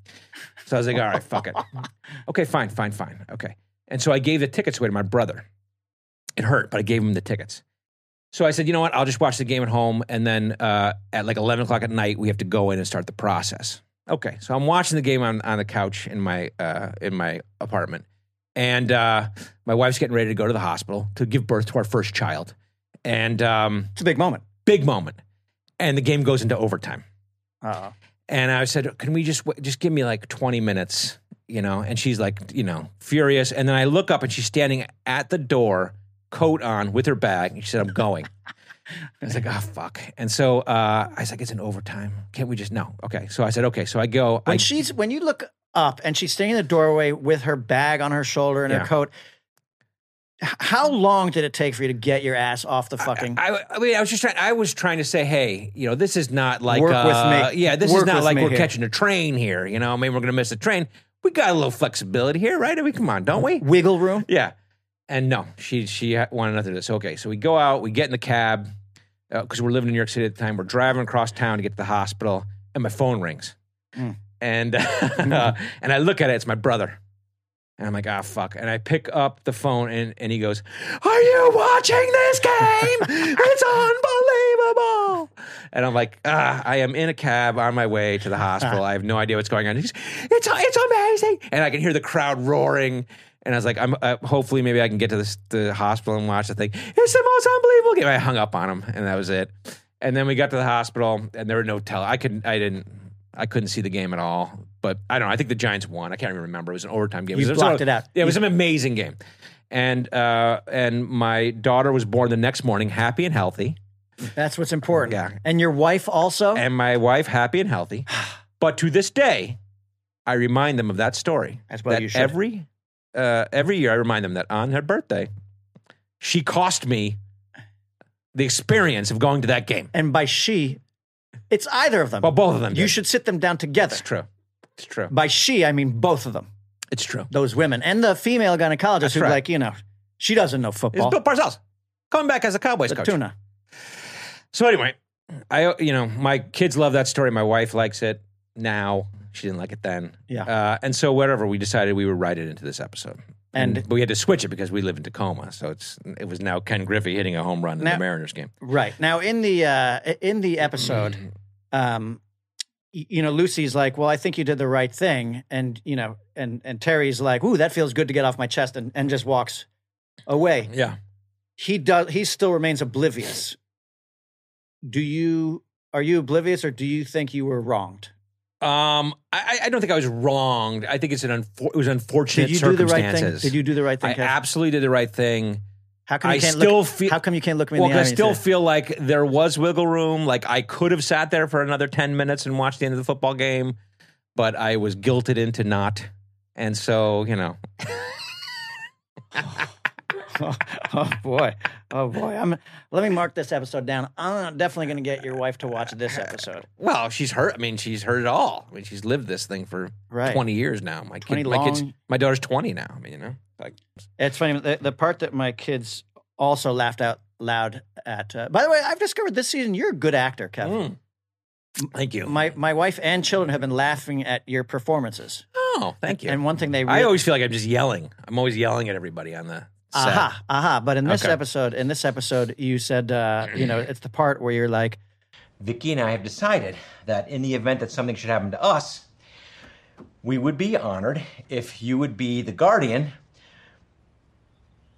Speaker 3: So I was like, "All right, fuck it. Okay, fine, fine, fine. Okay." And so I gave the tickets away to my brother. It hurt, but I gave him the tickets. So I said, you know what? I'll just watch the game at home, and then uh, at like eleven o'clock at night, we have to go in and start the process. Okay, so I'm watching the game on, on the couch in my uh, in my apartment, and uh, my wife's getting ready to go to the hospital to give birth to our first child, and um,
Speaker 2: it's a big moment.
Speaker 3: big moment, and the game goes into overtime.
Speaker 2: Uh-oh.
Speaker 3: And I said, "Can we just wait- just give me like 20 minutes?" You know, and she's like, you know, furious. And then I look up and she's standing at the door, coat on, with her bag. And she said, "I'm going." I was like, oh fuck. And so uh, I was like, it's an overtime. Can't we just no? Okay. So I said, okay. So I go. I,
Speaker 2: When she's when you look up and she's standing in the doorway with her bag on her shoulder and
Speaker 3: Yeah.
Speaker 2: her coat. h- How long did it take for you to get your ass off the fucking?
Speaker 3: I, I mean, I was just trying. I was trying to say, hey, you know, this is not like
Speaker 2: Work with
Speaker 3: uh,
Speaker 2: me.
Speaker 3: Yeah, this
Speaker 2: Work
Speaker 3: is not
Speaker 2: with
Speaker 3: like
Speaker 2: me
Speaker 3: we're
Speaker 2: here.
Speaker 3: catching a train here. You know, I mean, we're gonna miss a train. We got a little flexibility here, right? I mean, come on, don't we?
Speaker 2: wiggle room.
Speaker 3: Yeah. And no, she she wanted nothing to do. So okay, so we go out, we get in the cab because we're living in New York City at the time. We're driving across town to get to the hospital, and my phone rings,
Speaker 2: Mm. Mm-hmm.
Speaker 3: and and I look at it. It's my brother, and I'm like, ah, fuck. And I pick up the phone, and and he goes, "Are you watching this game? it's unbelievable." And I'm like, ah, I am in a cab on my way to the hospital. I have no idea what's going on. He's, it's it's amazing, and I can hear the crowd roaring. And I was like, I'm uh, hopefully maybe I can get to this, the hospital and watch the thing. It's the most unbelievable game. I hung up on him, and that was it. And then we got to the hospital, and there were no tell. I couldn't, I didn't, I couldn't see the game at all. But I don't know. I think the Giants won. I can't even remember. It was an overtime game.
Speaker 2: You
Speaker 3: it was
Speaker 2: blocked
Speaker 3: some-
Speaker 2: it out.
Speaker 3: Yeah, it was an amazing game. And uh, and my daughter was born the next morning, happy and healthy,
Speaker 2: That's what's important.
Speaker 3: Yeah.
Speaker 2: And your wife also.
Speaker 3: and my wife happy and healthy. But to this day, I remind them of that story.
Speaker 2: As well
Speaker 3: that
Speaker 2: you should.
Speaker 3: Every uh, every year, I remind them that on her birthday, she cost me the experience of going to that game.
Speaker 2: and by she, it's either of them.
Speaker 3: Well, both of them.
Speaker 2: you
Speaker 3: did.
Speaker 2: should sit them down together.
Speaker 3: It's true. It's true.
Speaker 2: By she, I mean both of them.
Speaker 3: It's true.
Speaker 2: Those women and the female gynecologist who,
Speaker 3: right.
Speaker 2: like, you know, she doesn't know
Speaker 3: It's
Speaker 2: football.
Speaker 3: Bill Parcells coming back as a Cowboys
Speaker 2: the
Speaker 3: coach.
Speaker 2: tuna.
Speaker 3: So anyway, I you know my kids love that story. My wife likes it now. She didn't like it then.
Speaker 2: Yeah.
Speaker 3: Uh, and so whatever, we decided we would write it into this episode.
Speaker 2: And-
Speaker 3: but we had to switch it because we live in Tacoma, so it's it was now Ken Griffey hitting a home run in
Speaker 2: Now-
Speaker 3: the Mariners game.
Speaker 2: Right. Now in the uh in the episode,
Speaker 3: Mm.
Speaker 2: um y- you know, Lucy's like, "Well, I think you did the right thing." And, you know, and and Terry's like, "Ooh, that feels good to get off my chest." And and just walks away.
Speaker 3: Yeah.
Speaker 2: He does he still remains oblivious. Do you are you oblivious or do you think you were wronged?
Speaker 3: Um, I, I- I don't think I was wronged. I think it's an unfor- it was unfortunate
Speaker 2: Did you do the right
Speaker 3: circumstances.
Speaker 2: thing? Did you do the right thing?
Speaker 3: I
Speaker 2: Kev?
Speaker 3: absolutely did the right thing.
Speaker 2: how come you
Speaker 3: I
Speaker 2: can't
Speaker 3: still
Speaker 2: look,
Speaker 3: feel-
Speaker 2: How come you can't look me
Speaker 3: Well,
Speaker 2: in the eye?
Speaker 3: I
Speaker 2: when you
Speaker 3: still
Speaker 2: say-
Speaker 3: feel like there was wiggle room. Like I could have sat there for another ten minutes and watched the end of the football game, but I was guilted into not. And so you know,
Speaker 2: oh, boy, oh boy. I'm. Let me mark this episode down. I'm definitely going to get your wife to watch this episode.
Speaker 3: well, she's hurt. I mean, she's heard it all. I mean, she's lived this thing for
Speaker 2: Right.
Speaker 3: twenty years now. My
Speaker 2: 20
Speaker 3: kid, my kids,
Speaker 2: long-
Speaker 3: my daughter's twenty now. I mean, you know, like
Speaker 2: It's funny. The, the part that my kids also laughed out loud at. Uh, by the way, I've discovered this season you're a good actor, Kevin.
Speaker 3: mm. thank you.
Speaker 2: My my wife and children have been laughing at your performances.
Speaker 3: oh, thank you.
Speaker 2: And one thing they really,
Speaker 3: I always feel like I'm just yelling. I'm always yelling at everybody on the set.
Speaker 2: aha aha. But in this
Speaker 3: Okay.
Speaker 2: episode, in this episode, you said uh, you know it's the part where you're like,
Speaker 12: Vicky and I have decided that in the event that something should happen to us, we would be honored if you would be the guardian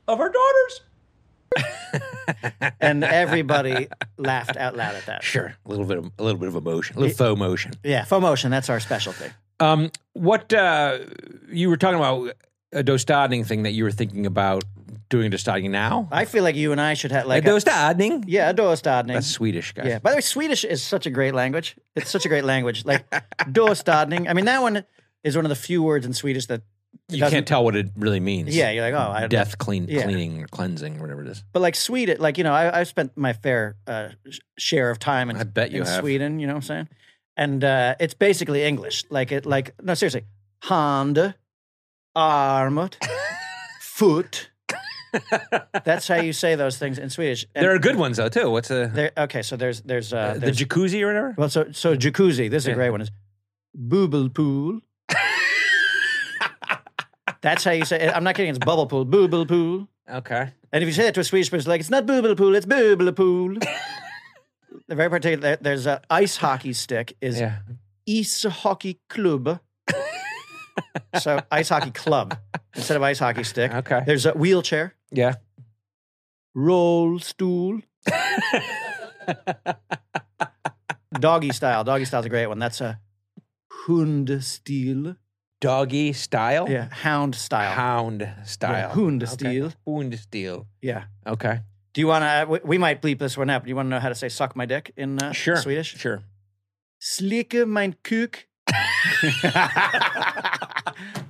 Speaker 12: of our daughters.
Speaker 2: and everybody laughed out loud at that.
Speaker 3: Sure, a little bit, of, a little bit of emotion, a little faux motion.
Speaker 2: Yeah, faux motion. That's our specialty.
Speaker 3: Um, what uh, you were talking about a Dostadning thing that you were thinking about doing Dostadning now?
Speaker 2: I feel like you and I should have
Speaker 3: A
Speaker 2: like a,
Speaker 3: Dostadning?
Speaker 2: yeah, a
Speaker 3: That's
Speaker 2: dostadning.
Speaker 3: Swedish, guys.
Speaker 2: Yeah. By the way, Swedish is such a great language. It's such a great language. Like dostadning. I mean, that one is one of the few words in Swedish that
Speaker 3: you
Speaker 2: doesn't-
Speaker 3: can't tell what it really means.
Speaker 2: yeah, you're like oh I don't know.
Speaker 3: death, clean,
Speaker 2: Yeah.
Speaker 3: cleaning, or cleansing, or whatever it is.
Speaker 2: But like Sweden, like you know, I, I've spent my fair uh, sh- share of time in,
Speaker 3: I bet you
Speaker 2: in
Speaker 3: have.
Speaker 2: Sweden. You know what I'm saying? And uh, it's basically English. Like it, like no, seriously, hand, arm, foot. That's how you say those things in Swedish. And
Speaker 3: there are good ones though too. What's a
Speaker 2: there- okay, so there's there's uh,
Speaker 3: the
Speaker 2: there's
Speaker 3: jacuzzi or whatever?
Speaker 2: well, so so jacuzzi. This is
Speaker 3: Yeah.
Speaker 2: a great one. Is booble pool. That's how you say. It. I'm not kidding. It's bubble pool. Booble pool.
Speaker 3: Okay.
Speaker 2: And if you say that to a Swedish person, like it's not booble pool, it's booble pool. the very particular. there- There's a ice hockey stick is
Speaker 3: Yeah.
Speaker 2: ice hockey club. so ice hockey club instead of ice hockey stick.
Speaker 3: Okay.
Speaker 2: There's a wheelchair,
Speaker 3: Yeah.
Speaker 2: roll stool, doggy style. Doggy style's a great one. That's a hundstil.
Speaker 3: Doggy style.
Speaker 2: Yeah, hound style.
Speaker 3: Oh. Hound style.
Speaker 2: Yeah, Hund style.
Speaker 3: Okay. Hund style.
Speaker 2: Yeah.
Speaker 3: Okay.
Speaker 2: Do you want to? We, we might bleep this one out. But you want to know how to say "suck my dick" in uh,
Speaker 3: Sure.
Speaker 2: Swedish?
Speaker 3: Sure.
Speaker 2: Slicka mein kuk.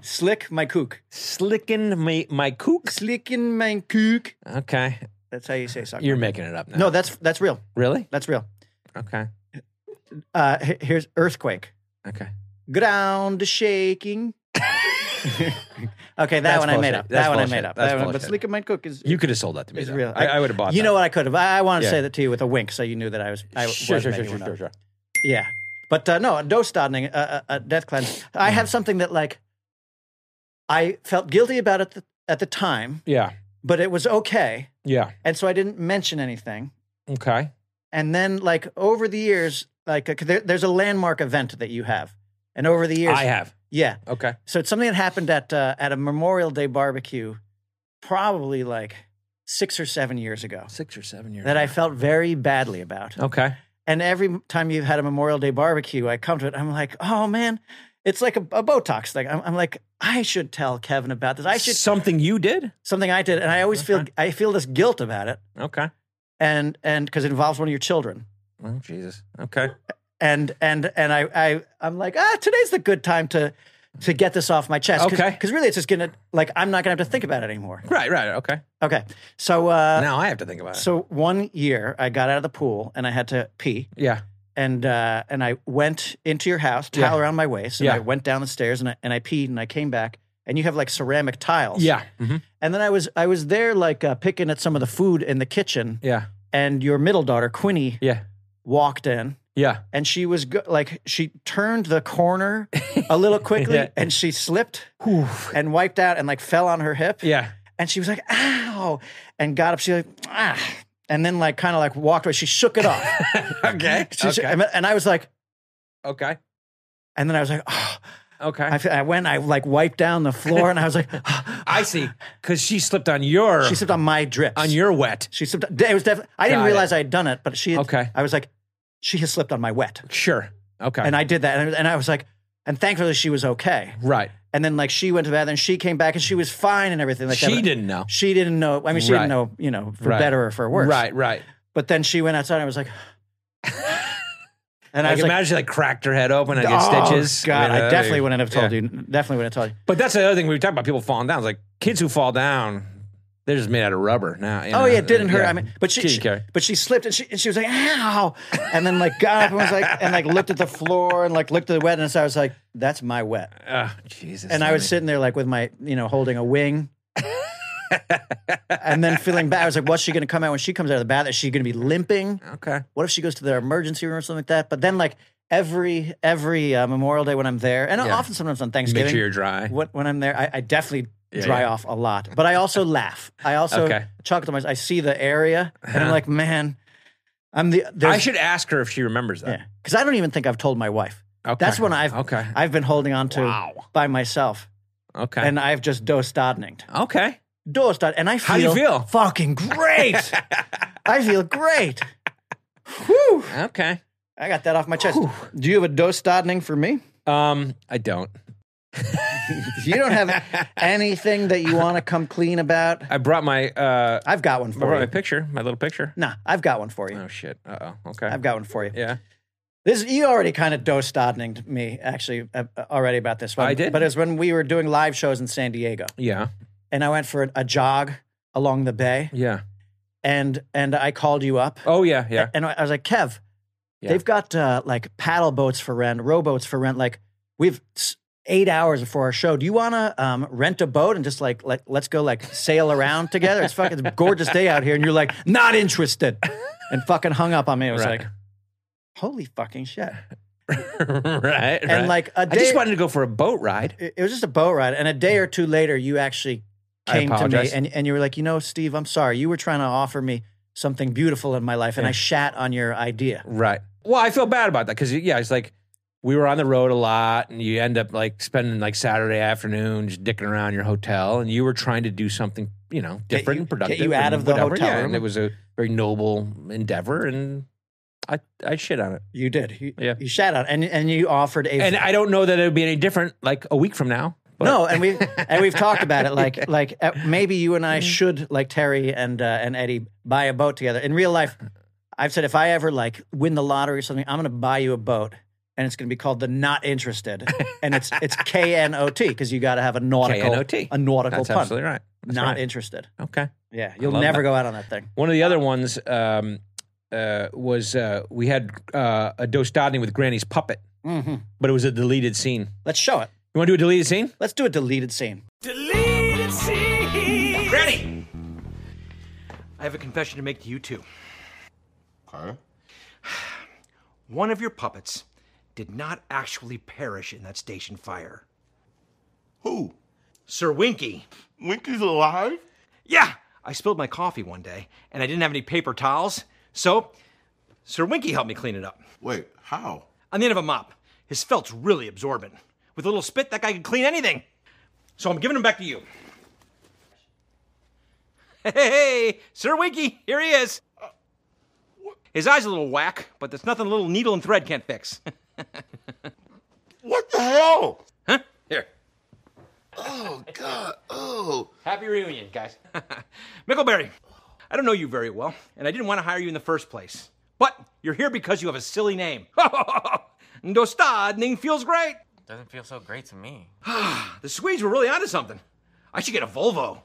Speaker 2: Slick my kook.
Speaker 3: Slicking my, my kook.
Speaker 2: Slicking mein kook.
Speaker 3: Okay.
Speaker 2: That's how you say suck.
Speaker 3: You're
Speaker 2: my-
Speaker 3: making it up now.
Speaker 2: No, that's that's real.
Speaker 3: Really?
Speaker 2: That's real.
Speaker 3: Okay.
Speaker 2: Uh, he- here's earthquake.
Speaker 3: Okay.
Speaker 2: Ground shaking. okay, that
Speaker 3: That's
Speaker 2: one I made
Speaker 3: bullshit.
Speaker 2: up.
Speaker 3: That's
Speaker 2: that one I
Speaker 3: bullshit.
Speaker 2: made up.
Speaker 3: That's
Speaker 2: that one, but
Speaker 3: bullshit.
Speaker 2: Slicka mein kook is
Speaker 3: You could have sold that to me.
Speaker 2: It's
Speaker 3: though.
Speaker 2: real.
Speaker 3: I, I would have bought
Speaker 2: You
Speaker 3: that.
Speaker 2: know what? I could have. I, I want to
Speaker 3: Yeah.
Speaker 2: say that to you with a wink, so you knew that I was. I
Speaker 3: Sure,
Speaker 2: was
Speaker 3: sure, sure,
Speaker 2: making
Speaker 3: sure,
Speaker 2: one up.
Speaker 3: sure, sure.
Speaker 2: Yeah, but uh, no, dostadning, a uh, uh, death cleanse. I have something that like I felt guilty about at the at the time,
Speaker 3: Yeah.
Speaker 2: but it was okay,
Speaker 3: Yeah.
Speaker 2: and so I didn't mention anything.
Speaker 3: Okay.
Speaker 2: And then like over the years, like uh, 'cause there, there's a landmark event that you have, and over the years,
Speaker 3: I have.
Speaker 2: yeah.
Speaker 3: Okay.
Speaker 2: So it's something that happened at uh, at a Memorial Day barbecue, probably like six or seven years ago
Speaker 3: Six or seven years.
Speaker 2: that I felt very badly about.
Speaker 3: Okay.
Speaker 2: And every time you've had a Memorial Day barbecue, I come to it. I'm like, oh man, it's like a, a Botox thing. I'm, I'm like, I should tell Kevin about this. I should
Speaker 3: Something you did?
Speaker 2: something I did, and I always feel I feel this guilt about it,
Speaker 3: Okay.
Speaker 2: and and because it involves one of your children,
Speaker 3: Oh, Jesus. Okay.
Speaker 2: and and and I I I'm like, ah, today's the good time to to get this off my chest.
Speaker 3: Okay.
Speaker 2: because really, it's just gonna like I'm not gonna have to think about it anymore.
Speaker 3: Right, right. Okay.
Speaker 2: Okay, so uh,
Speaker 3: now I have to think about it.
Speaker 2: so one year I got out of the pool and I had to pee.
Speaker 3: yeah.
Speaker 2: and uh, and I went into your house,
Speaker 3: Yeah.
Speaker 2: towel around my waist, and
Speaker 3: Yeah.
Speaker 2: I went down the stairs and I and I peed and I came back, and you have like ceramic tiles,
Speaker 3: Yeah. hmm
Speaker 2: And then I was I was there like uh, picking at some of the food in the kitchen,
Speaker 3: Yeah.
Speaker 2: and your middle daughter Quinny
Speaker 3: Yeah.
Speaker 2: walked in,
Speaker 3: Yeah.
Speaker 2: and she was go- like she turned the corner a little quickly,
Speaker 3: Yeah.
Speaker 2: and she slipped and wiped out and like fell on her hip,
Speaker 3: Yeah.
Speaker 2: and she was like ow, and got up, she like ah, and then like kind of like walked away, she shook it off,
Speaker 3: okay.
Speaker 2: She- she-
Speaker 3: okay.
Speaker 2: and I was like.
Speaker 3: okay.
Speaker 2: And then I was like, oh,
Speaker 3: Okay.
Speaker 2: I,
Speaker 3: I,
Speaker 2: fe- I went, I like wiped down the floor, and I was like, "Ah."
Speaker 3: see. Because she slipped on your
Speaker 2: she slipped on my drips.
Speaker 3: on your wet.
Speaker 2: she slipped. It was definitely. I didn't
Speaker 3: Got
Speaker 2: realize I had done it, but she. Had,
Speaker 3: Okay.
Speaker 2: I was like, she has slipped on my wet,
Speaker 3: Sure. Okay.
Speaker 2: and I did that, and, I- and I was like, and thankfully she was okay.
Speaker 3: right.
Speaker 2: And then like she went to bed, and she came back, and she was fine, and everything like that.
Speaker 3: she
Speaker 2: But
Speaker 3: didn't know.
Speaker 2: She didn't know. I mean, she
Speaker 3: Right.
Speaker 2: didn't know, you know, for
Speaker 3: Right.
Speaker 2: better or for worse.
Speaker 3: Right. Right.
Speaker 2: But then she went outside, and I was like, and I
Speaker 3: Like,
Speaker 2: was like,
Speaker 3: imagine she like cracked her head open and get
Speaker 2: oh,
Speaker 3: stitches.
Speaker 2: God,
Speaker 3: mean,
Speaker 2: I
Speaker 3: uh,
Speaker 2: definitely wouldn't have told
Speaker 3: yeah.
Speaker 2: you. Definitely wouldn't have told you.
Speaker 3: But that's the other thing we talked about. People falling down. It's like kids who fall down. They're just made out of rubber now. you
Speaker 2: Oh
Speaker 3: know,
Speaker 2: yeah, it didn't hurt.
Speaker 3: yeah.
Speaker 2: I mean, but she,
Speaker 3: Didn't
Speaker 2: she-
Speaker 3: care.
Speaker 2: but she slipped and she and she was like ow, and then like got up and was like and like looked at the floor and like looked at the wet and so I was like that's my wet.
Speaker 3: Oh, Jesus.
Speaker 2: And I was
Speaker 3: honey.
Speaker 2: sitting there like with my you know holding a wing, and then feeling bad. I was like, what's she going to come out when she comes out of the bath? Is she going to be limping?
Speaker 3: Okay.
Speaker 2: What if she goes to the emergency room or something like that? But then like every every uh, Memorial Day when I'm there, and
Speaker 3: Yeah.
Speaker 2: often sometimes on
Speaker 3: Make
Speaker 2: Thanksgiving,
Speaker 3: sure you're dry.
Speaker 2: when, when I'm there, I, I definitely
Speaker 3: Yeah,
Speaker 2: dry
Speaker 3: yeah.
Speaker 2: off a lot, but I also laugh. I also
Speaker 3: Okay. Uh-huh.
Speaker 2: chuckle to myself. I see the area, and I'm like, man, I'm the.
Speaker 3: I should ask her if she remembers that.
Speaker 2: because I don't even think I've told my wife.
Speaker 3: Okay.
Speaker 2: That's when I've
Speaker 3: Okay.
Speaker 2: I've been holding on to
Speaker 3: Wow.
Speaker 2: by myself,
Speaker 3: Okay.
Speaker 2: and I've just dostadninged,
Speaker 3: okay.
Speaker 2: dostad, and I feel
Speaker 3: How do you feel?
Speaker 2: fucking great. I feel great. Whew.
Speaker 3: Okay.
Speaker 2: I got that off my chest. Do you have a dostadning for me?
Speaker 3: Um, I don't.
Speaker 2: You don't have anything that you want to come clean about.
Speaker 3: I brought my uh,
Speaker 2: I've got one
Speaker 3: I
Speaker 2: for
Speaker 3: brought my
Speaker 2: you.
Speaker 3: picture, my little picture.
Speaker 2: Nah, I've got one for you.
Speaker 3: Oh shit. Uh oh. Okay.
Speaker 2: I've got one for you.
Speaker 3: yeah.
Speaker 2: This you already kind of dostadninged me actually uh, uh, already about this one.
Speaker 3: I did?
Speaker 2: but it was when we were doing live shows in San Diego,
Speaker 3: Yeah.
Speaker 2: and I went for a, a jog along the bay,
Speaker 3: Yeah.
Speaker 2: and and I called you up,
Speaker 3: Oh yeah. Yeah.
Speaker 2: and I I was like, Kev,
Speaker 3: Yeah.
Speaker 2: they've got uh, like paddle boats for rent, rowboats for rent. Like we've s- eight hours before our show. Do you want to um, rent a boat and just like let let's go like sail around together? It's fucking it's a gorgeous day out here, and you're like not interested, and fucking hung up on me. It was
Speaker 3: Right.
Speaker 2: like, holy fucking shit.
Speaker 3: right.
Speaker 2: And like a
Speaker 3: I
Speaker 2: day-
Speaker 3: just wanted to go for a boat ride.
Speaker 2: it it was just a boat ride. And a day or two later, you actually
Speaker 3: I
Speaker 2: came to me
Speaker 3: apologize.
Speaker 2: and, and you were like, you know, Steve, I'm sorry. You were trying to offer me something beautiful in my life, and I shat on your idea.
Speaker 3: Right. Well, I feel bad about that because yeah, it's like we were on the road a lot, and you end up like spending like Saturday afternoon just dicking around your hotel, and you were trying to do something you know different,
Speaker 2: you-
Speaker 3: and productive,
Speaker 2: get you out
Speaker 3: and
Speaker 2: of the
Speaker 3: whatever.
Speaker 2: hotel
Speaker 3: Yeah,
Speaker 2: room.
Speaker 3: and it was a very noble endeavor, and I I shit on it.
Speaker 2: You did. You,
Speaker 3: Yeah.
Speaker 2: you shat on, and and you offered a.
Speaker 3: And I don't know that it would be any different like a week from now But
Speaker 2: no, and we and we've talked about it. Like like uh, maybe you and I should like Terry and uh, and Eddie buy a boat together in real life. I've said if I ever like win the lottery or something, I'm going to buy you a boat, and it's going to be called the Not Interested, and it's it's K N O T because you got to have a nautical
Speaker 3: KNOT.
Speaker 2: a nautical
Speaker 3: That's
Speaker 2: pun.
Speaker 3: absolutely right. That's
Speaker 2: Not
Speaker 3: right.
Speaker 2: interested.
Speaker 3: Okay.
Speaker 2: Yeah, you'll
Speaker 3: love
Speaker 2: never
Speaker 3: that.
Speaker 2: go out on that thing.
Speaker 3: One of the other ones um, uh, was uh, we had uh, a Dostodny with Granny's puppet,
Speaker 2: Mhm.
Speaker 3: but it was a deleted scene.
Speaker 2: Let's show it.
Speaker 3: You want to do a deleted scene?
Speaker 2: Let's do a deleted scene.
Speaker 12: Granny! I have a confession to make to you two.
Speaker 13: Okay.
Speaker 12: One of your puppets did not actually perish in that station fire.
Speaker 13: Who?
Speaker 12: Sir Winky.
Speaker 13: Winky's alive?
Speaker 12: Yeah! I spilled my coffee one day, and I didn't have any paper towels, so Sir Winky helped me clean it up.
Speaker 13: Wait, how?
Speaker 12: On the end of a mop. His felt's really absorbent. With a little spit, that guy could clean anything. So I'm giving him back to you. Hey, hey, hey, Sir Winky, here he is. His eye's a little whack, but there's nothing a little needle and thread can't fix.
Speaker 13: What the hell?
Speaker 12: huh? Here.
Speaker 13: Oh God. Oh.
Speaker 12: Happy reunion, guys. Mickleberry, I don't know you very well, and I didn't want to hire you in the first place. But you're here because you have a silly name. Dostadning feels great.
Speaker 5: Doesn't feel so great to me.
Speaker 12: The Swedes were really onto something. I should get a Volvo.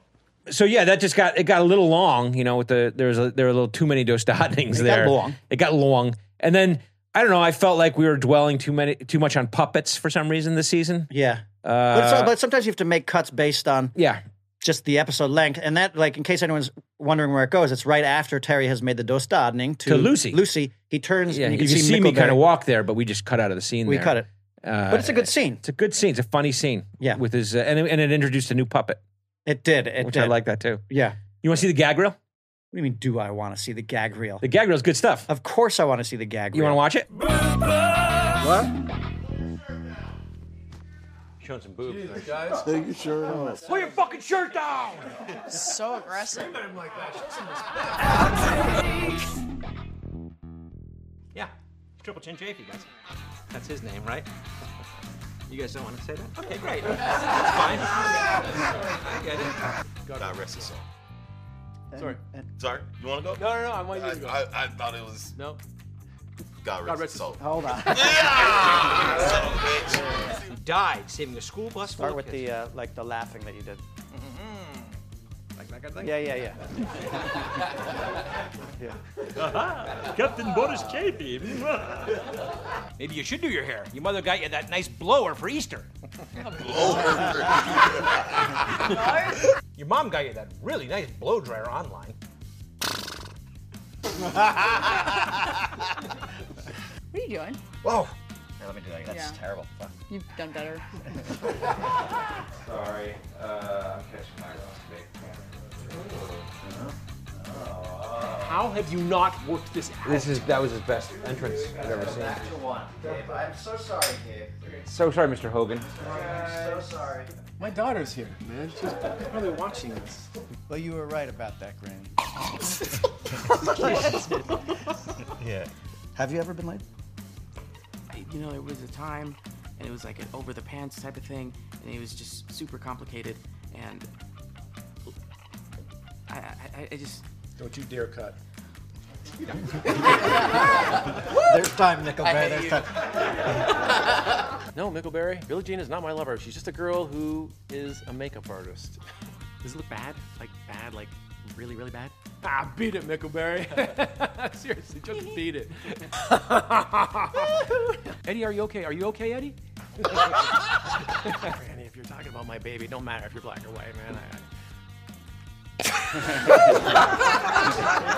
Speaker 3: So yeah, that just got it got a little long. You know, with the there was a, there were a little too many Dostodnings
Speaker 2: Mm-hmm. It got
Speaker 3: there.
Speaker 2: long.
Speaker 3: It got long, and then I don't know. I felt like we were dwelling too many too much on puppets for some reason this season.
Speaker 2: Yeah.
Speaker 3: Uh,
Speaker 2: but, so, but sometimes you have to make cuts based on
Speaker 3: yeah.
Speaker 2: just the episode length. And that, like, in case anyone's wondering where it goes, it's right after Terry has made the dostadning to,
Speaker 3: To Lucy.
Speaker 2: Lucy, he turns
Speaker 3: Yeah,
Speaker 2: and
Speaker 3: you
Speaker 2: you
Speaker 3: can
Speaker 2: can
Speaker 3: see, me
Speaker 2: Mickleberry.
Speaker 3: kind of walk there, but we just cut out of the scene.
Speaker 2: We
Speaker 3: there.
Speaker 2: cut it.
Speaker 3: Uh,
Speaker 2: But it's a good scene.
Speaker 3: It's a good scene. It's a funny scene.
Speaker 2: Yeah.
Speaker 3: with his uh, and it- and it introduced a new puppet,
Speaker 2: It did. It
Speaker 3: which
Speaker 2: did.
Speaker 3: I like that too.
Speaker 2: Yeah.
Speaker 3: You want to see the gag reel?
Speaker 2: What do you mean, do I want to see the gag reel?
Speaker 3: The gag reel's good stuff.
Speaker 2: of course I want to see the gag
Speaker 3: You want to
Speaker 2: reel.
Speaker 3: watch it?
Speaker 2: What?
Speaker 12: Showing some boobs. there.
Speaker 13: Take your shirt off.
Speaker 12: Pull your fucking shirt down!
Speaker 14: So aggressive.
Speaker 12: Yeah, Triple Chin Chafee, guys. That's his name, right? You guys don't want to say that? Okay, great. That's fine. I get it.
Speaker 13: Go God rest his soul.
Speaker 12: Sorry.
Speaker 13: Sorry, you want to go?
Speaker 4: No, no, no, I want you
Speaker 13: I,
Speaker 4: to go.
Speaker 13: I, I thought it was
Speaker 4: No.
Speaker 13: God rest his soul.
Speaker 2: Hold on.
Speaker 12: He died saving a school bus full
Speaker 2: Start
Speaker 12: of
Speaker 2: with
Speaker 12: kids.
Speaker 2: the, uh, like, the laughing that you did.
Speaker 3: Mm-hmm.
Speaker 12: Like that kind of thing?
Speaker 2: Yeah, yeah, yeah.
Speaker 15: Captain Boris Chafee.
Speaker 12: Maybe you should do your hair. Your mother got you that nice blower for Easter.
Speaker 13: Oh,
Speaker 12: Your mom got you that really nice blow dryer online.
Speaker 14: What are you doing?
Speaker 12: Whoa. Here, let me do that. again.
Speaker 14: Yeah.
Speaker 12: terrible.
Speaker 14: You've done better.
Speaker 12: Sorry. Uh, I'm catching my own How have you not worked this out? This is that was his best entrance I've ever seen.
Speaker 2: one. Dave, I'm so sorry, Dave.
Speaker 12: So sorry, Mr. Hogan.
Speaker 2: I'm so sorry.
Speaker 5: My daughter's here, man. She's probably watching this.
Speaker 16: Well, you were right about that, Granny.
Speaker 2: Yeah. Have you ever been late?
Speaker 5: You know, there was a time, and it was like an over the pants type of thing, and it was just super complicated, and I, I, I just.
Speaker 16: Don't you dare cut.
Speaker 2: There's time,
Speaker 4: I
Speaker 2: Nickelback.
Speaker 4: hate
Speaker 2: There's time.
Speaker 4: No, Mickleberry. Billie Jean is not my lover. She's just a girl who is a makeup artist.
Speaker 5: Does it look bad? Like bad? Like really, really bad?
Speaker 4: Ah, beat it, Mickleberry. Seriously, just beat it. Eddie, are you okay? Are you okay, Eddie? Granny, if you're talking about my baby, it don't matter if you're black or white, man. I, I...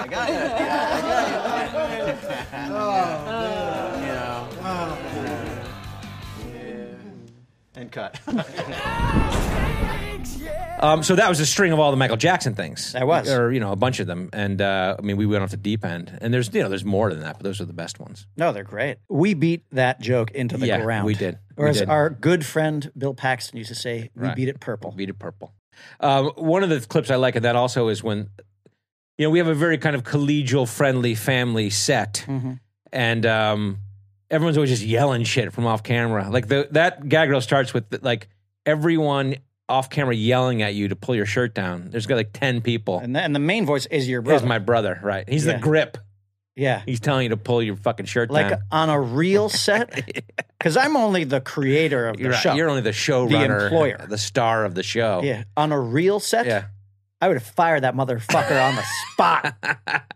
Speaker 14: I got it.
Speaker 2: And cut.
Speaker 3: Um, so that was a string of all the Michael Jackson things. That
Speaker 2: was.
Speaker 3: or you know, a bunch of them. And uh, I mean, we went off the deep end, and there's you know, there's more than that, but those are the best ones.
Speaker 2: No, they're great. We beat that joke into the
Speaker 3: Yeah,
Speaker 2: ground.
Speaker 3: we did.
Speaker 2: Or
Speaker 3: We
Speaker 2: as
Speaker 3: did.
Speaker 2: our good friend Bill Paxton used to say, we
Speaker 3: Right.
Speaker 2: beat it purple.
Speaker 3: Beat it purple. Um, one of the clips I like of that also is when, you know, we have a very kind of collegial, friendly family set,
Speaker 2: Mm-hmm.
Speaker 3: and um, everyone's always just yelling shit from off camera. Like the that gag reel starts with like everyone off camera yelling at you to pull your shirt down. There's got like 10 people.
Speaker 2: And the, and the main voice is your brother.
Speaker 3: Is my brother, right? He's
Speaker 2: Yeah.
Speaker 3: the grip.
Speaker 2: Yeah.
Speaker 3: He's telling you to pull your fucking shirt
Speaker 2: like
Speaker 3: down.
Speaker 2: on a real set because i'm only the creator of the
Speaker 3: You're, right.
Speaker 2: show
Speaker 3: You're only the showrunner,
Speaker 2: the employer
Speaker 3: the star of the show.
Speaker 2: yeah on a real set
Speaker 3: Yeah.
Speaker 2: i would have fired that motherfucker on the spot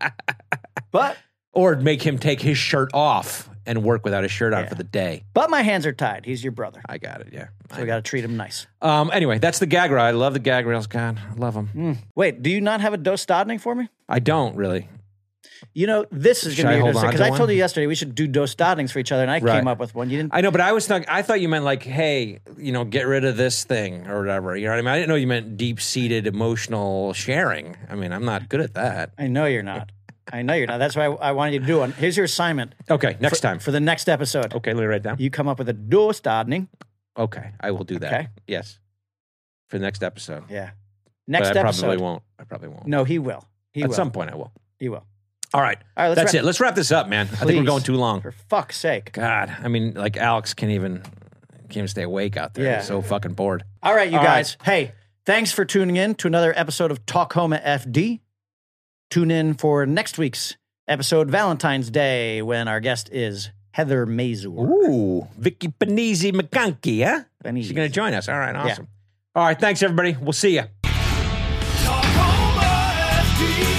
Speaker 2: but
Speaker 3: Or make him take his shirt off and work without his shirt on for the day.
Speaker 2: but my hands are tied he's your brother
Speaker 3: I got it. Yeah.
Speaker 2: so we got to treat him nice
Speaker 3: Um, anyway, that's the gag reel. I love the gag reels. God, I love them.
Speaker 2: Mm. wait do you not have a dostadning for me
Speaker 3: I don't really.
Speaker 2: you know this is
Speaker 3: Should
Speaker 2: going
Speaker 3: I
Speaker 2: to be
Speaker 3: hold on
Speaker 2: because
Speaker 3: to
Speaker 2: i told
Speaker 3: one?
Speaker 2: you yesterday we should do dostadnings for each other and i
Speaker 3: Right.
Speaker 2: came up with one you didn't
Speaker 3: I know, but I was not, I thought you meant like, hey, you know, get rid of this thing or whatever. You know what I mean? I didn't know you meant deep seated emotional sharing. I mean, I'm not good at that.
Speaker 2: i know you're not i know you're not that's why i, I wanted you to do one here's your assignment
Speaker 3: Okay, next
Speaker 2: for,
Speaker 3: time. Oh.
Speaker 2: for the next episode
Speaker 3: okay, let me write it down.
Speaker 2: you come up with a dostadning
Speaker 3: Okay, I will do that.
Speaker 2: Okay.
Speaker 3: Yes. For the next episode.
Speaker 2: Yeah. Next
Speaker 3: but I
Speaker 2: episode.
Speaker 3: probably won't. I probably won't.
Speaker 2: No, he will. He
Speaker 3: At
Speaker 2: will.
Speaker 3: some point, I will.
Speaker 2: He will.
Speaker 3: All right.
Speaker 2: All right, let's
Speaker 3: That's
Speaker 2: wrap-
Speaker 3: it. Let's wrap this up, man. I think
Speaker 2: Please.
Speaker 3: we're going too long.
Speaker 2: For fuck's sake.
Speaker 3: God, I mean, like Alex can't even can't even stay awake out there.
Speaker 2: Yeah.
Speaker 3: He's so fucking bored.
Speaker 2: All right, you
Speaker 3: All
Speaker 2: guys. Hey, thanks for tuning in to another episode of Talk Homa FD. Tune in for next week's episode, Valentine's Day, when our guest is Heather Mazur.
Speaker 3: Ooh, Vicky Panizzi McConkey, huh?
Speaker 2: Panizzi.
Speaker 3: She's going to join us. All right, awesome. All right, thanks everybody. We'll see you.
Speaker 14: Tacoma FD.